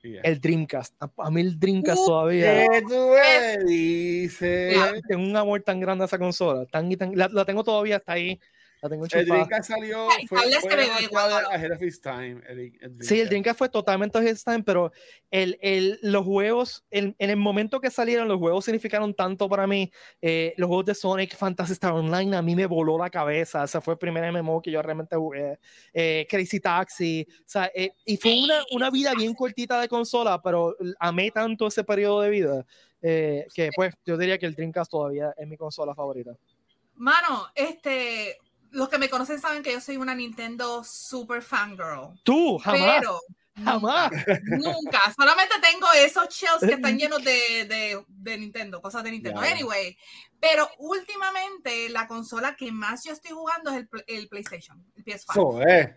A: el Dreamcast. A, a mí el Dreamcast todavía.
C: ¿Qué tú me dices?
B: Ya.
A: Tengo un amor tan grande a esa consola. Tan y tan, la, la tengo todavía, está ahí. La tengo
C: El
A: enchufada.
C: Dreamcast salió.
B: Ay,
C: Fue,
B: Carla se
C: fue
B: ve
C: lanzado
B: igual.
C: ahead of his time. El, el
A: Sí, el
C: Dreamcast.
A: Dreamcast fue totalmente his time, pero el, el, los juegos, en- en el momento que salieron, los juegos significaron tanto para mí. Eh, los juegos de Sonic Fantasy Star Online a mí me voló la cabeza. Ese fue el primer MMO que yo realmente jugué. Eh, Crazy Taxi. O sea, eh, y fue una, una vida bien cortita de consola, pero amé tanto ese periodo de vida eh, que, pues, yo diría que el Dreamcast todavía es mi consola favorita.
B: Mano, este, los que me conocen saben que yo soy una Nintendo super fangirl.
A: Tú, jamás,
B: Pero
A: jamás.
B: nunca. Solamente tengo esos shells que están llenos de, de- de Nintendo, cosas de Nintendo.
C: Ya.
B: Anyway, pero últimamente la consola que más yo estoy jugando es el, pl- el PlayStation, el PS5.
C: Eso es.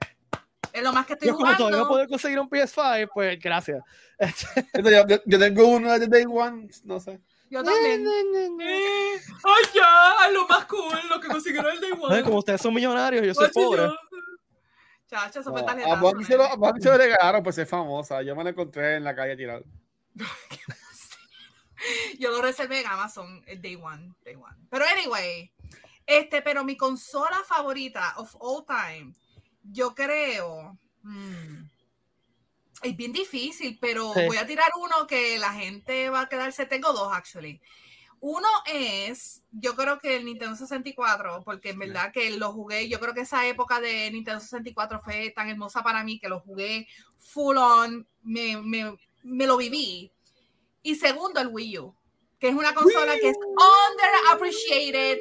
B: Es lo más que estoy
A: Yo, como todavía no
B: jugando.
A: puedo conseguir un PS5, pues, gracias.
C: Entonces, yo, yo- yo tengo uno de Day One. No sé.
B: Yo también. Eh, ¡Ay, ya! Lo más cool, lo que consiguieron el Day One.
A: Ay, Como ustedes son millonarios,
B: Pues
A: yo soy pobre.
B: Chacho, eso fue
C: No,
B: tarjetazo,
C: a Bobby se
B: nene.
C: lo, a Bobby se lo regalaron, pues es famosa. Yo me la encontré en la calle tirado.
B: Yo lo reservé en Amazon el day one, day one. Pero anyway, este, pero mi consola favorita of all time, yo creo, mm, es bien difícil, pero
A: Sí.
B: voy a tirar uno que la gente va a quedarse. Tengo dos, actually. Uno es, yo creo que el Nintendo 64, porque en verdad que lo jugué, yo creo que esa época de Nintendo 64 fue tan hermosa para mí que lo jugué full on, me, me- me lo viví. Y segundo, el Wii U, que es una consola que es underappreciated.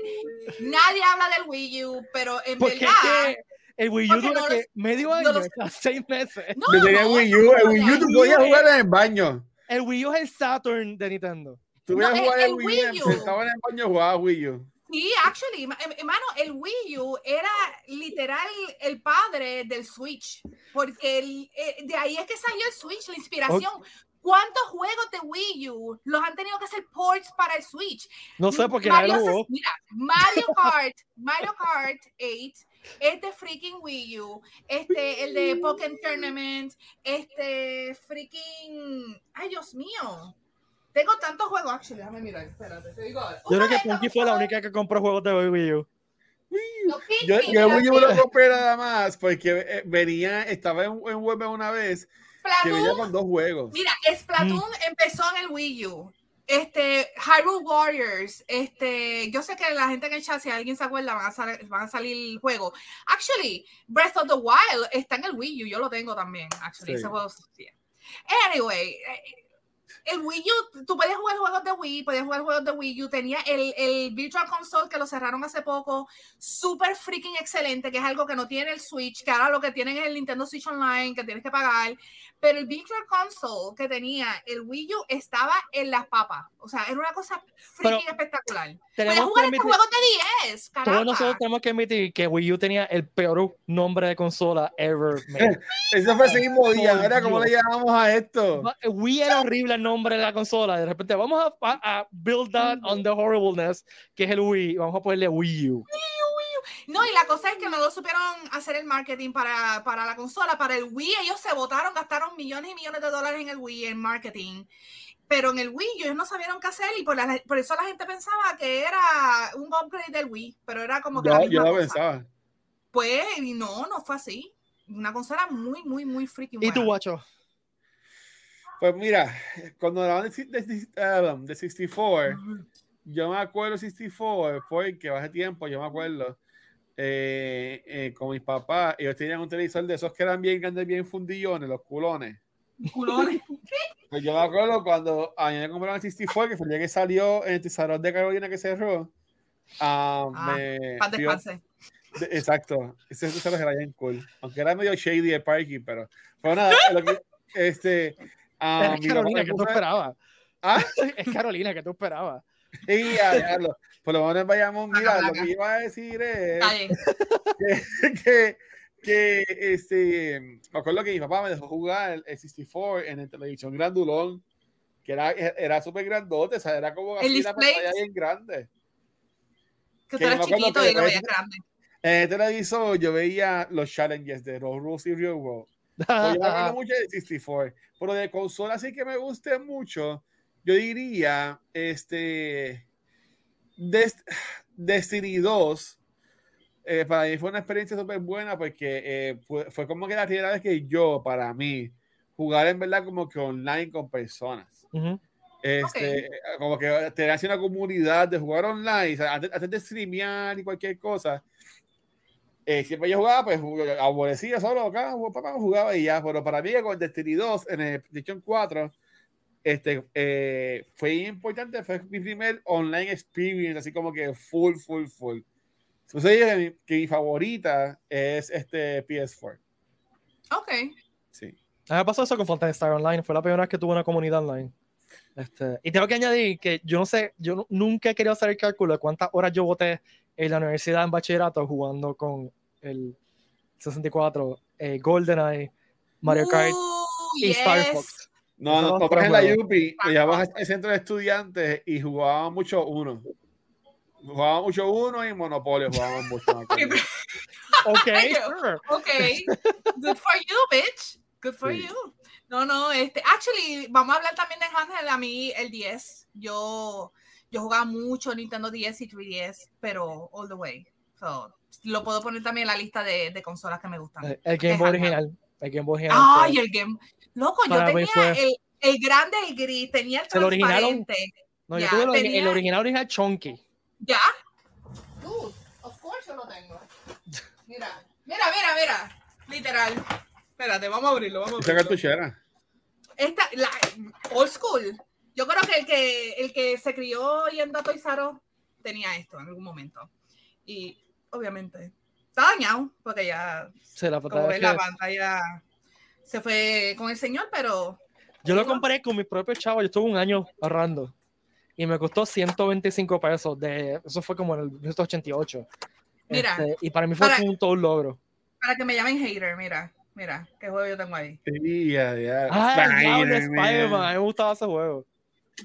B: Nadie habla del Wii U, pero en
A: Porque es
B: verdad...
A: que el Wii U
B: Porque
A: dura
B: no
A: que
B: los-
A: medio
B: no
A: año,
B: los-
A: hasta seis meses.
B: No,
C: Yo tenía
B: no,
C: Wii
B: eso
C: U, el
B: no
C: Wii U tú
B: es.
C: podías jugar en el baño.
A: El Wii U es el Saturn de Nintendo.
C: Tú
B: No,
C: podías
B: el-
C: jugar en
B: el
C: Wii U,
B: Wii U.
C: sentado en el baño jugaba Wii U.
B: Sí, actually, ma- em- hermano, el Wii U era literal el padre del Switch, porque el- eh, de ahí es que salió el Switch, la inspiración. ¿Cuántos juegos de Wii U los han tenido que hacer ports para el Switch?
A: No sé por qué nadie
B: Mario,
A: lo
B: ses-
A: jugó.
B: mira, Mario Kart, Mario Kart 8, este freaking Wii U, este el de Pokémon Tournament, este freaking, ay Dios mío. Tengo tantos juegos, actually, déjame mirar, espérate, te digo ahora.
A: Yo creo
B: Una
A: que
B: vez
A: Punky
B: estaba
A: fue la
B: jugando-
A: única que compró juegos de Wii U.
B: Los
C: Yo,
B: Pikmin,
C: yo el
B: los
C: Wii U lo
B: Pikmin,
C: compré nada más porque eh, venía, estaba en, en web una vez que venía
B: Splatoon.
C: con dos juegos.
B: Mira, Splatoon
A: Mm.
B: empezó en el Wii U. Este, Hyrule Warriors, este, yo sé que la gente que el chat, si alguien se acuerda, van a, sal- van a salir el juego. Actually, Breath of the Wild está en el Wii U, yo lo tengo también, actually,
C: Sí.
B: ese juego existía. Anyway, eh, el Wii U, tú podías jugar juegos de Wii, podías jugar juegos de Wii U, tenía el, el Virtual Console que lo cerraron hace poco, súper freaking excelente, que es algo que no tiene el Switch, que ahora lo que tienen es el Nintendo Switch Online, que tienes que pagar, pero el Virtual Console que tenía el Wii U estaba en las papas, o sea, era una cosa freaking espectacular. Podías
A: Tenemos que
B: jugar este
A: admitir-
B: juego de 10,
A: todos nosotros
B: caramba.
A: tenemos que admitir que Wii U tenía el peor nombre de consola ever. made.
C: Eso fue ese mismo día.
A: Por
C: Mira cómo
A: Dios.
C: le llamamos a esto.
A: Va- Wii era horrible el nombre de la consola. De repente vamos a, a- a build that on the horribleness que es el Wii. Vamos a ponerle Wii U.
B: No, y la cosa es que no lo supieron hacer el marketing para, para la consola, para el Wii. Ellos se votaron, gastaron millones y millones de dólares en el Wii, en marketing. Pero en el Wii ellos no sabieron qué hacer y por, la- por eso la gente pensaba que era un upgrade del Wii, pero era como que la
C: Yo, yo
B: misma
C: lo
B: cosa.
C: pensaba.
B: Pues, y no, no fue así. Una consola muy, muy, muy freaking
A: ¿Y tú,
B: buena.
A: guacho?
C: Pues mira, cuando hablaban de, de- de- de 64,
B: Ujú.
C: yo me acuerdo 64 porque hace tiempo, yo me acuerdo, eh, eh, con mis papás, ellos tenían un televisor de esos que eran bien grandes, bien fundillones, los culones.
B: Culones.
C: Pues yo me acuerdo cuando a mí me compraron el 64, que fue el día que salió en el salón de Carolina que cerró. ah,
B: Ah,
C: me
B: Paz
C: fui a-
B: descanse.
C: de- Exacto, ese salón era bien cool. Aunque era medio shady el parking, pero. Pero nada, lo que- este. ah,
A: es
C: mi papá
A: Carolina
C: me
A: que tú
C: puso-
A: esperabas.
C: ¿Ah?
A: Es Carolina que tú esperabas.
C: Sí, a dejarlo. Por lo menos vayamos, mira,
B: Acá,
C: lo que iba a decir es
B: Está bien.
C: que, que este, me acuerdo que mi papá me dejó jugar el 64 en el televisión grandulón, que era, era súper grandote, o sea, era como
B: El
C: así una
B: display.
C: pantalla bien grande.
B: Que tú
C: Que yo me
B: eres
C: acuerdo
B: chiquito
C: que
B: y lo veías
C: después-
B: grande.
C: En el Eh, este televisor yo veía los challenges de los Rules y Real World. Pues yo me acuerdo mucho de 64, pero de consola sí que me guste mucho. Yo diría, este, Dest- Destiny 2, eh, para mí fue una experiencia súper buena porque eh, fue, fue como que la primera vez que yo, para mí, jugar en verdad como que online con personas.
A: Ujú.
C: Este, Como que tenías una comunidad de jugar online, o sea, antes, antes de streamear y cualquier cosa. eh, siempre yo jugaba, pues jug- aborrecía solo acá, jugaba, papá jugaba y ya. Pero para mí, con Destiny 2 en el PlayStation 4, este, eh, fue importante, fue mi primer online experience, así como que full, full, full. Entonces, yo diría que mi, que mi favorita es este PS4.
B: Ok.
C: Sí.
A: A mí me pasó eso con Phantasy Star Online. Fue la primera vez que tuve una comunidad online. Este, y tengo que añadir que yo no sé, yo nu- nunca he querido hacer el cálculo de cuántas horas yo voté en la universidad en bachillerato jugando con el 64, eh, GoldenEye, Mario Kart
B: Uh,
A: y Star Fox. Esos
C: No, no,
A: son
C: nosotros
A: otros
C: en la
A: juegos.
C: UPI nos llevamos al centro de estudiantes y jugábamos mucho uno. Jugábamos mucho uno y Monopolio jugábamos mucho. me acuerdo.
A: Ok,
B: Ay, yo-
A: sure.
B: Ok, good for you, bitch. Good for
C: Sí.
B: you. No, no, este, actually, vamos a hablar también de Handheld. A mí, el 10, yo, yo jugaba mucho Nintendo 10 y 3DS, pero all the way. So, lo puedo poner también en la lista de, de consolas que me gustan.
A: Eh, El- El Game Boy original. El Game Boy original.
B: Ay, el game. Loco, yo
A: eh, Para mí
B: tenía
A: fue-
B: el, el grande, el gris, tenía el
A: ¿El original o-
B: transparente.
A: no, yo
B: ya,
A: tuve el, ori-
B: tenía-
A: el original original Chonky.
B: ¿Ya? Dude, of course yo lo tengo. Mira, mira, mira, mira. Literal. Espérate, vamos a abrirlo, vamos a
C: Esa
B: abrirlo.
C: cartuchera.
B: Esta, la old school. Yo creo que el que, el que se crió yendo a Toys R Us tenía esto en algún momento. Y obviamente está dañado, porque ya,
A: Se la
B: como ves,
A: es
B: la
A: que-
B: pantalla se fue con el señor, pero
A: Yo lo compré con mis propios chavos. Yo estuve un año ahorrando. Y me costó 125 pesos. De, eso fue como en el 1988.
B: Mira,
A: Este, y para mí fue
B: para-
A: como un todo un logro.
B: para que me llamen hater, mira, mira, qué juego yo tengo ahí.
C: Sí, ya, ya.
A: Ah, el diablo,
C: Spider-Man.
A: Spider-Man. A mí me gustaba ese juego.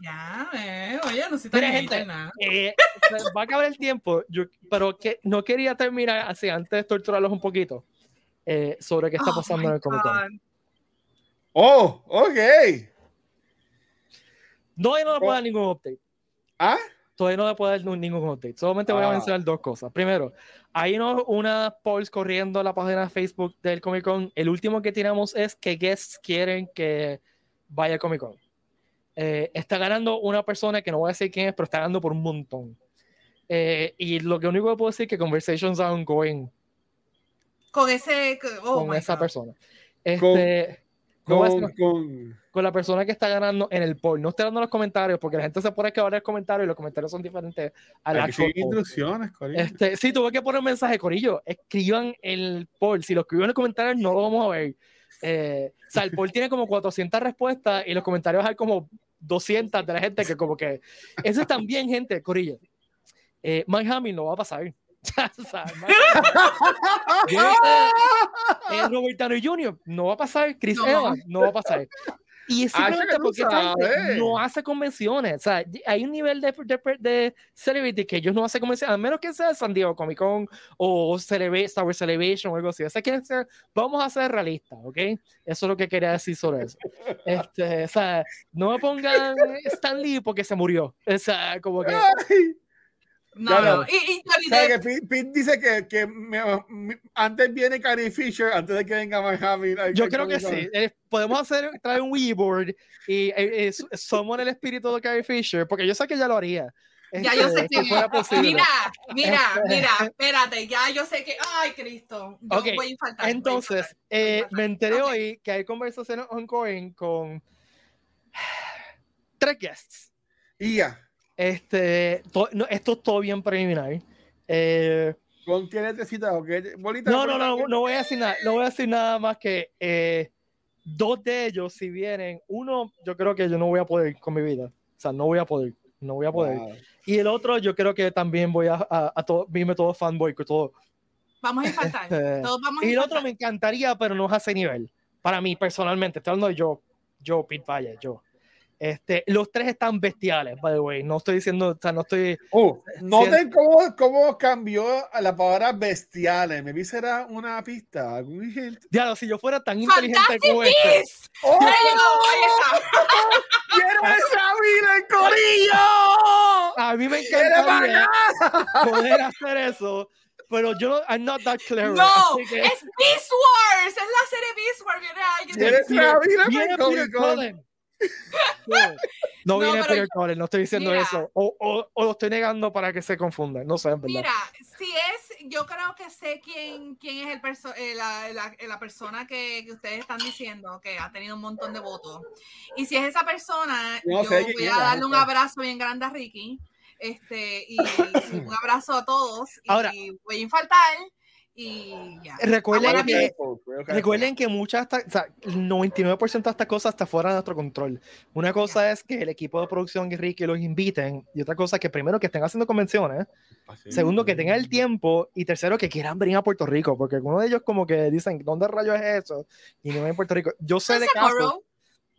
B: Ya, eh, oye, no soy tan
A: Mira,
B: hater,
A: gente.
B: nada.
A: Eh, se- va a acabar el tiempo, yo- pero que no quería terminar así antes de torturarlos un poquito eh, sobre qué está
B: Oh,
A: pasando
B: my
A: en el Comic Con.
B: God.
C: Oh, ok.
A: No, yo no le puedo dar ningún update.
C: Pues, ¿Ah?
A: Todavía no le puedo dar nu- ningún update. Solamente voy a
C: Ah.
A: mencionar dos cosas. Primero, hay uno- unas polls corriendo en la página de Facebook del Comic Con. El último que tiramos es que guests quieren que vaya al Comic Con. Eh, está ganando una persona que no voy a decir quién es, pero está ganando por un montón. Eh, y lo que único que puedo decir es que conversations are ongoing
B: Con ese, oh
A: con
B: my
A: esa
B: God.
A: persona. Este,
C: Con-
A: no voy a decir-
C: Con, con...
A: con la persona que está ganando en el poll. No estoy dando los comentarios porque la gente se pone que ahora el comentario y los comentarios son diferentes a la
C: Aquí siguen
A: poll.
C: instrucciones, Corina.
A: Este, sí, tuve que poner un mensaje, Corillo. Escriban el poll. Si lo escriben en los comentarios, no lo vamos a ver. Eh, o sea, el poll tiene como 400 respuestas y los comentarios hay como 200 de la gente que, como que. Eso es también, gente, Corillo. Eh, Mike Hamill no va a pasar. O sea, Mike Hamill- Yo- eh, Robert Downey Jr. no va a pasar, Chris
B: No.
A: Evans no va a pasar. Y es
C: Ah,
A: simplemente
C: ya tú
A: porque esta gente
C: sabes.
A: no hace convenciones. O sea, hay un nivel de, de, de celebrity que ellos no hacen convenciones, a menos que sea San Diego Comic Con o Celebra- Star Wars Celebration o algo así. O sea, quieren ser- vamos a ser realistas, ¿ok? Eso es lo que quería decir sobre eso. Este, o sea, no me pongan Stan Lee porque se murió. O sea, como que.
C: Ay.
B: No,
C: Ya,
B: no, y, y Johnny
C: ¿Sabes
B: Depp,
C: que Pete, Pete dice que, que me- me- antes viene Carrie Fisher, antes de que venga Mark Hamill. Ay,
A: Yo
C: ay,
A: creo que
C: Comic-Con.
A: sí. Eh, Podemos hacer, traer un Ouija board y eh, eh, su- summon el espíritu de Carrie Fisher, porque yo sé que ya lo haría.
B: Ya yo sé
A: Este,
B: que-
A: si fuera posible.
B: Mira, mira, mira, espérate, ya yo sé que, ay Cristo, yo
A: Este, Ok,
B: voy a infartar. voy a
A: Entonces,
B: infartar.
A: eh,
B: faltar.
A: me enteré
B: Ok.
A: hoy que hay conversaciones ongoing con tres guests.
C: Y ya.
A: Este, to- no, esto es todo bien preliminar. Eh,
C: ¿Con qué letrecita o qué bolita?
A: no, no, no, no voy a decir nada, no voy a decir nada más que eh, dos de ellos, si vienen, uno, yo creo que yo no voy a poder con mi vida. O sea, no voy a poder, no voy a poder.
C: Wow.
A: Y el otro, yo creo que también voy a, a, a todo, irme todo fanboy, que todo.
B: Vamos a infartar,
A: Este,
B: todos vamos a
A: Y el otro
B: infartar.
A: me encantaría, pero no es a ese nivel. Para mí, personalmente, estoy hablando de yo, yo, Pete Valle, yo. Este, los tres están bestiales, by the way. No estoy diciendo, o sea, no estoy.
C: Oh, noten
A: Siento-
C: cómo, cómo cambió a la palabra bestiales. Me vi será una pista, algún hint.
A: Diablo, si yo fuera tan inteligente
B: ¡Fantastic
A: como este.
B: Beasts!
C: ¡Oh!
B: Ya llegó, ahí está.
C: ¡Quiero esa vida, el corillo!
A: A mí me
C: ¡Quiere
A: encantaría
C: pagar!
A: poder hacer eso, pero yo, I'm not that clever.
B: No,
A: así que-
B: es Beast Wars, es la serie Beast Wars, viene alguien.
C: Viene
A: Viene-
C: esa vida,
A: viene Peter
C: el comic
A: Cullen. No, No
B: No,
A: viene
B: pero
A: Peter Cullen, no estoy diciendo
B: Mira.
A: eso. O, o- o lo estoy negando para que se confundan, no sé, en verdad.
B: Mira, si es, yo creo que sé quién, quién es el perso- eh, la, la- eh, la persona que, que ustedes están diciendo que ha tenido un montón de votos. Y si es esa persona,
C: No
B: yo
C: sé
B: voy
C: quién
B: a
C: es,
B: darle un
C: ajá.
B: abrazo bien grande a Ricky. Este, y, y un abrazo a todos. Y
A: Ahora-
B: voy a infaltar. Y ya.
A: Recuerden
B: Ahora
A: que,
B: mira.
A: recuerden que muchas, de estas- o sea, el 99% de estas cosas está fuera de nuestro control. Una cosa es que el equipo de producción y Ricky los inviten, y otra cosa es que primero que estén haciendo convenciones, segundo que tengan el tiempo, y tercero que quieran venir a Puerto Rico,
B: Pues
A: porque uno de ellos como que dicen, ¿dónde rayos es eso? Y no ven en Puerto Rico. Yo sé de casos.
B: Sapporo,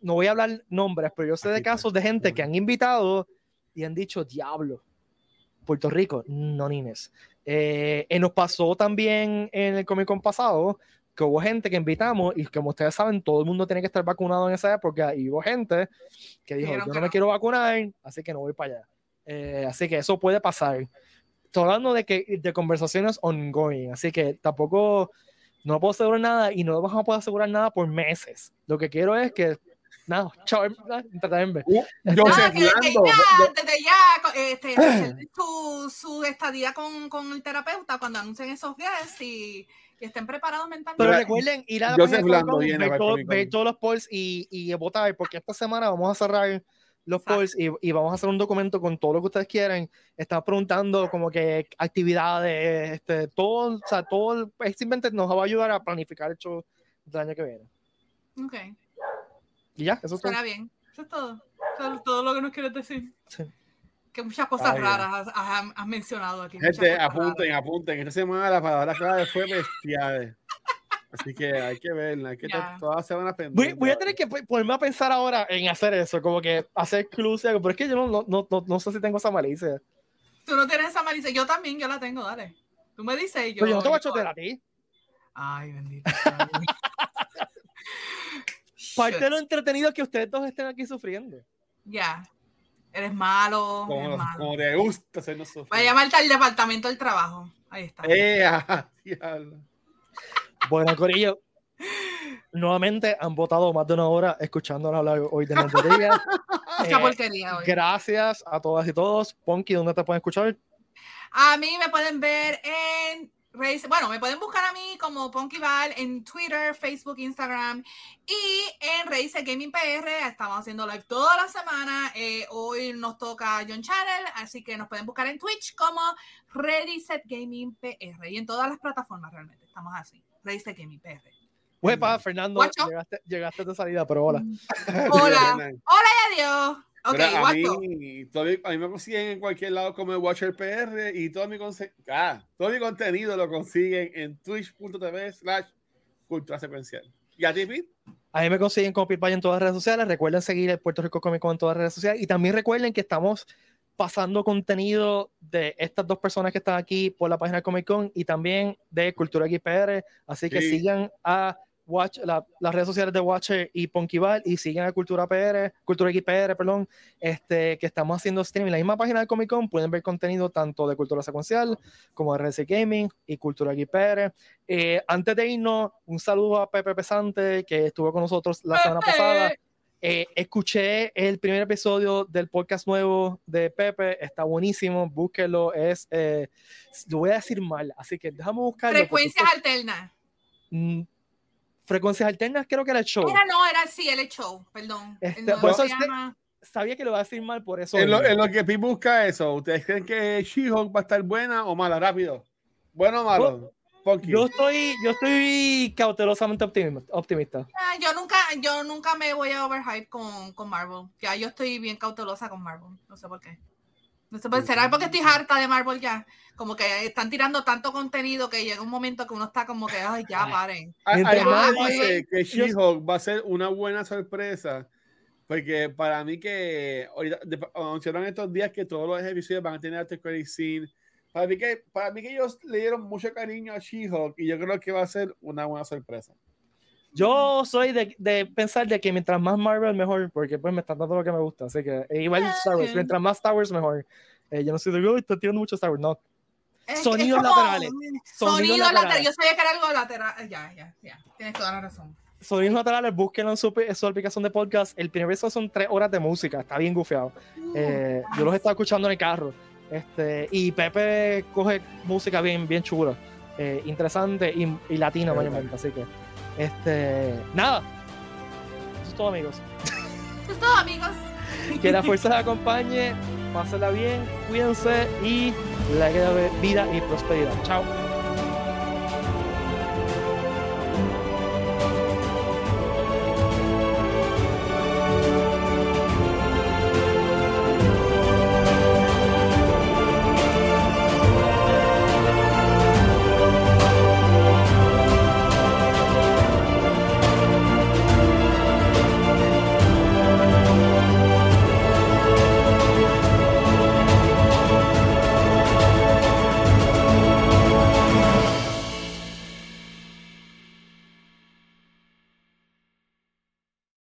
A: no voy a hablar nombres, pero yo sé de
C: Aquí está.
A: casos de gente que han invitado y han dicho, diablo, Puerto Rico, no nines. Eh, eh, nos pasó también en el Comic Con pasado que hubo gente que invitamos y como ustedes saben, todo el mundo tiene que estar vacunado en esa época y hubo gente que dijo,
B: Dijeron
A: yo
B: que
A: no me
B: no.
A: quiero vacunar, así que no voy para allá. Eh, así que eso puede pasar. Estoy hablando de, que, de conversaciones ongoing, así que tampoco no puedo asegurar nada y no vamos a poder asegurar nada por meses. Lo que quiero es que, nada, chao, entretenme. Este
B: No,
C: Uh, Joseph
B: que desde
C: Lando.
B: ya, Ah, desde ya, co- este, reserven su, su estadía con, con el terapeuta cuando anuncien esos guests y, y estén preparados mentalmente.
A: Pero
C: Mira,
A: recuerden ir a la
C: yo
A: página
C: sé
A: de
C: Orlando
A: Comic-Con,
C: viene
A: ver,
C: para el
A: todo-
C: Comic-Con.
A: ver todos los polls y, y votar, porque esta semana vamos a cerrar los
B: Exacto.
A: polls y, y vamos a hacer un documento con todo lo que ustedes quieren. Están preguntando como que actividades, este, todo, o sea, todo, este invento nos va a ayudar a planificar el show del año que viene.
B: Ok,
A: Y ya, eso es todo.
B: suena bien. Eso es todo. Eso es todo lo que nos quieres decir.
A: Sí.
B: Que muchas cosas
C: Ay,
B: raras has, has- has mencionado aquí. muchas
C: Gente,
B: cosas
C: apunten, apunten. Esta semana la palabra clave fue bestiales. Así que hay que verla, hay que
B: Ya.
C: estar todas semanas
A: Voy,
C: pendientes.
A: voy a tener que po- ponerme a pensar ahora en hacer eso, como que hacer clues, y algo, pero es que yo no, no, no- no- no sé si tengo esa malicia.
B: raras. Tú no tienes esa malicia. Yo también, yo la tengo, dale. Tú me dices y yo.
A: Pero Pues yo no te voy a chotear a ti.
B: Ay, bendito. sea Dios.
A: Parte de lo
B: Shit.
A: entretenido es que ustedes dos estén aquí sufriendo.
B: Ya. Eres malo.
C: Como,
B: eres
C: nos-
B: malo.
C: como te gusta hacernos sufrir.
B: Voy a llamarte al departamento del trabajo. Ahí está.
C: Eh, ajá, diablo.
A: Bueno, Corillo, nuevamente han votado más de una hora escuchándonos hablar hoy de Montería.
B: Mucha
A: eh,
B: porquería hoy.
A: gracias a todas y todos. Ponky, ¿dónde te pueden escuchar?
B: A mí me pueden ver en Raíz- bueno, me pueden buscar a mí como Ponkyval en Twitter, Facebook, Instagram y en Raíces Gaming PR. Estamos haciendo live toda la semana. Eh, hoy nos toca John Channel, así que nos pueden buscar en Twitch como Reset Gaming PR y en todas las plataformas realmente. Estamos así. Raíces Gaming PR.
A: Huepa, Fernando,
B: Guacho.
A: llegaste, llegaste de salida, pero hola.
B: Hola. Adiós. Ok,
C: Mira, a,
B: guacho.
C: mí, todo mi- a mí me consiguen en cualquier lado como el Watcher PR y todo mi, conse- ah, todo mi contenido lo consiguen en twitch.tv slash cultura secuencial. ¿Y a ti, Pete?
A: A mí me consiguen como Pitbay en todas las redes sociales. Recuerden seguir el Puerto Rico Comic Con en todas las redes sociales. Y también recuerden que estamos pasando contenido de estas dos personas que están aquí por la página de Comic Con y también de Cultura XPR. Así que
C: Sí.
A: sigan a Watch, la- las redes sociales de Watcher y Ponkival y sigan a Cultura PR, Cultura XPR, perdón, este, que estamos haciendo streaming. En la misma página de Comic Con pueden ver contenido tanto de Cultura Secuencial como de RC Gaming y Cultura XPR. Eh, antes de irnos, un saludo a Pepe Pesante, que estuvo con nosotros la semana
B: Pepe.
A: pasada. Eh, escuché el primer episodio del podcast nuevo de Pepe, está buenísimo, búsquelo, es, eh, lo voy a decir mal, así que déjame buscarlo. porque
B: Frecuencias
A: esto-
B: alternas.
A: Mm, frecuencias alternas creo que era el show.
B: Era no, era sí, el show, perdón. El
A: Este,
B: nuevo
A: por eso
B: se
A: es que-
B: llama-
A: Sabía que lo iba a decir mal, por eso.
C: En lo, en lo que Pete busca eso, ¿ustedes creen que She-Hulk va a estar buena o mala? Rápido. ¿Bueno o malo? Funky.
A: yo, estoy, yo estoy cautelosamente optimi- optimista.
B: Ah, yo nunca, yo nunca me voy a overhype con, con Marvel. Ya yo estoy bien cautelosa con Marvel. No sé por qué. No sé por será porque estoy harta de Marvel ya. Como que están tirando tanto contenido que llega un momento que uno está como que, ay, ya paren.
C: A-
A: Mientras
C: Además,
B: más
C: dice
B: jueguen,
C: que She-Hulk va a ser una buena sorpresa. Porque para mí que ahorita de- anunciaron estos días que todos los episodios van a tener After Credit Scene. Para mí, que, para mí que ellos le dieron mucho cariño a She-Hulk y yo creo que va a ser una buena sorpresa.
A: Yo soy de, de pensar de que mientras más Marvel mejor, porque pues me están dando lo que me gusta, así que e igual
B: Ah,
A: Star Wars,
B: bien.
A: mientras más Star Wars mejor. Eh, yo no soy de "Uy, está tirando mucho Star Wars, no.
B: Es- es
A: Sonidos
B: como-
A: laterales.
B: Sonidos
A: Sonidos
B: laterales.
A: laterales.
B: Yo sabía que era algo lateral. Ya, ya, ya. Tienes toda la razón.
A: Sonidos laterales, búsquenlo en su, en su aplicación de podcast. El primer episodio son tres horas de música, está bien gufeado. Eh, yo los estaba escuchando en el carro. Este, y Pepe coge música bien, bien chula, eh, interesante y, y latina
C: Qué
A: mayormente, así que este, nada. Eso es todo, amigos.
B: Eso es todo, amigos.
A: Que la fuerza la acompañe, pásenla bien, cuídense y la vida y prosperidad. Chao.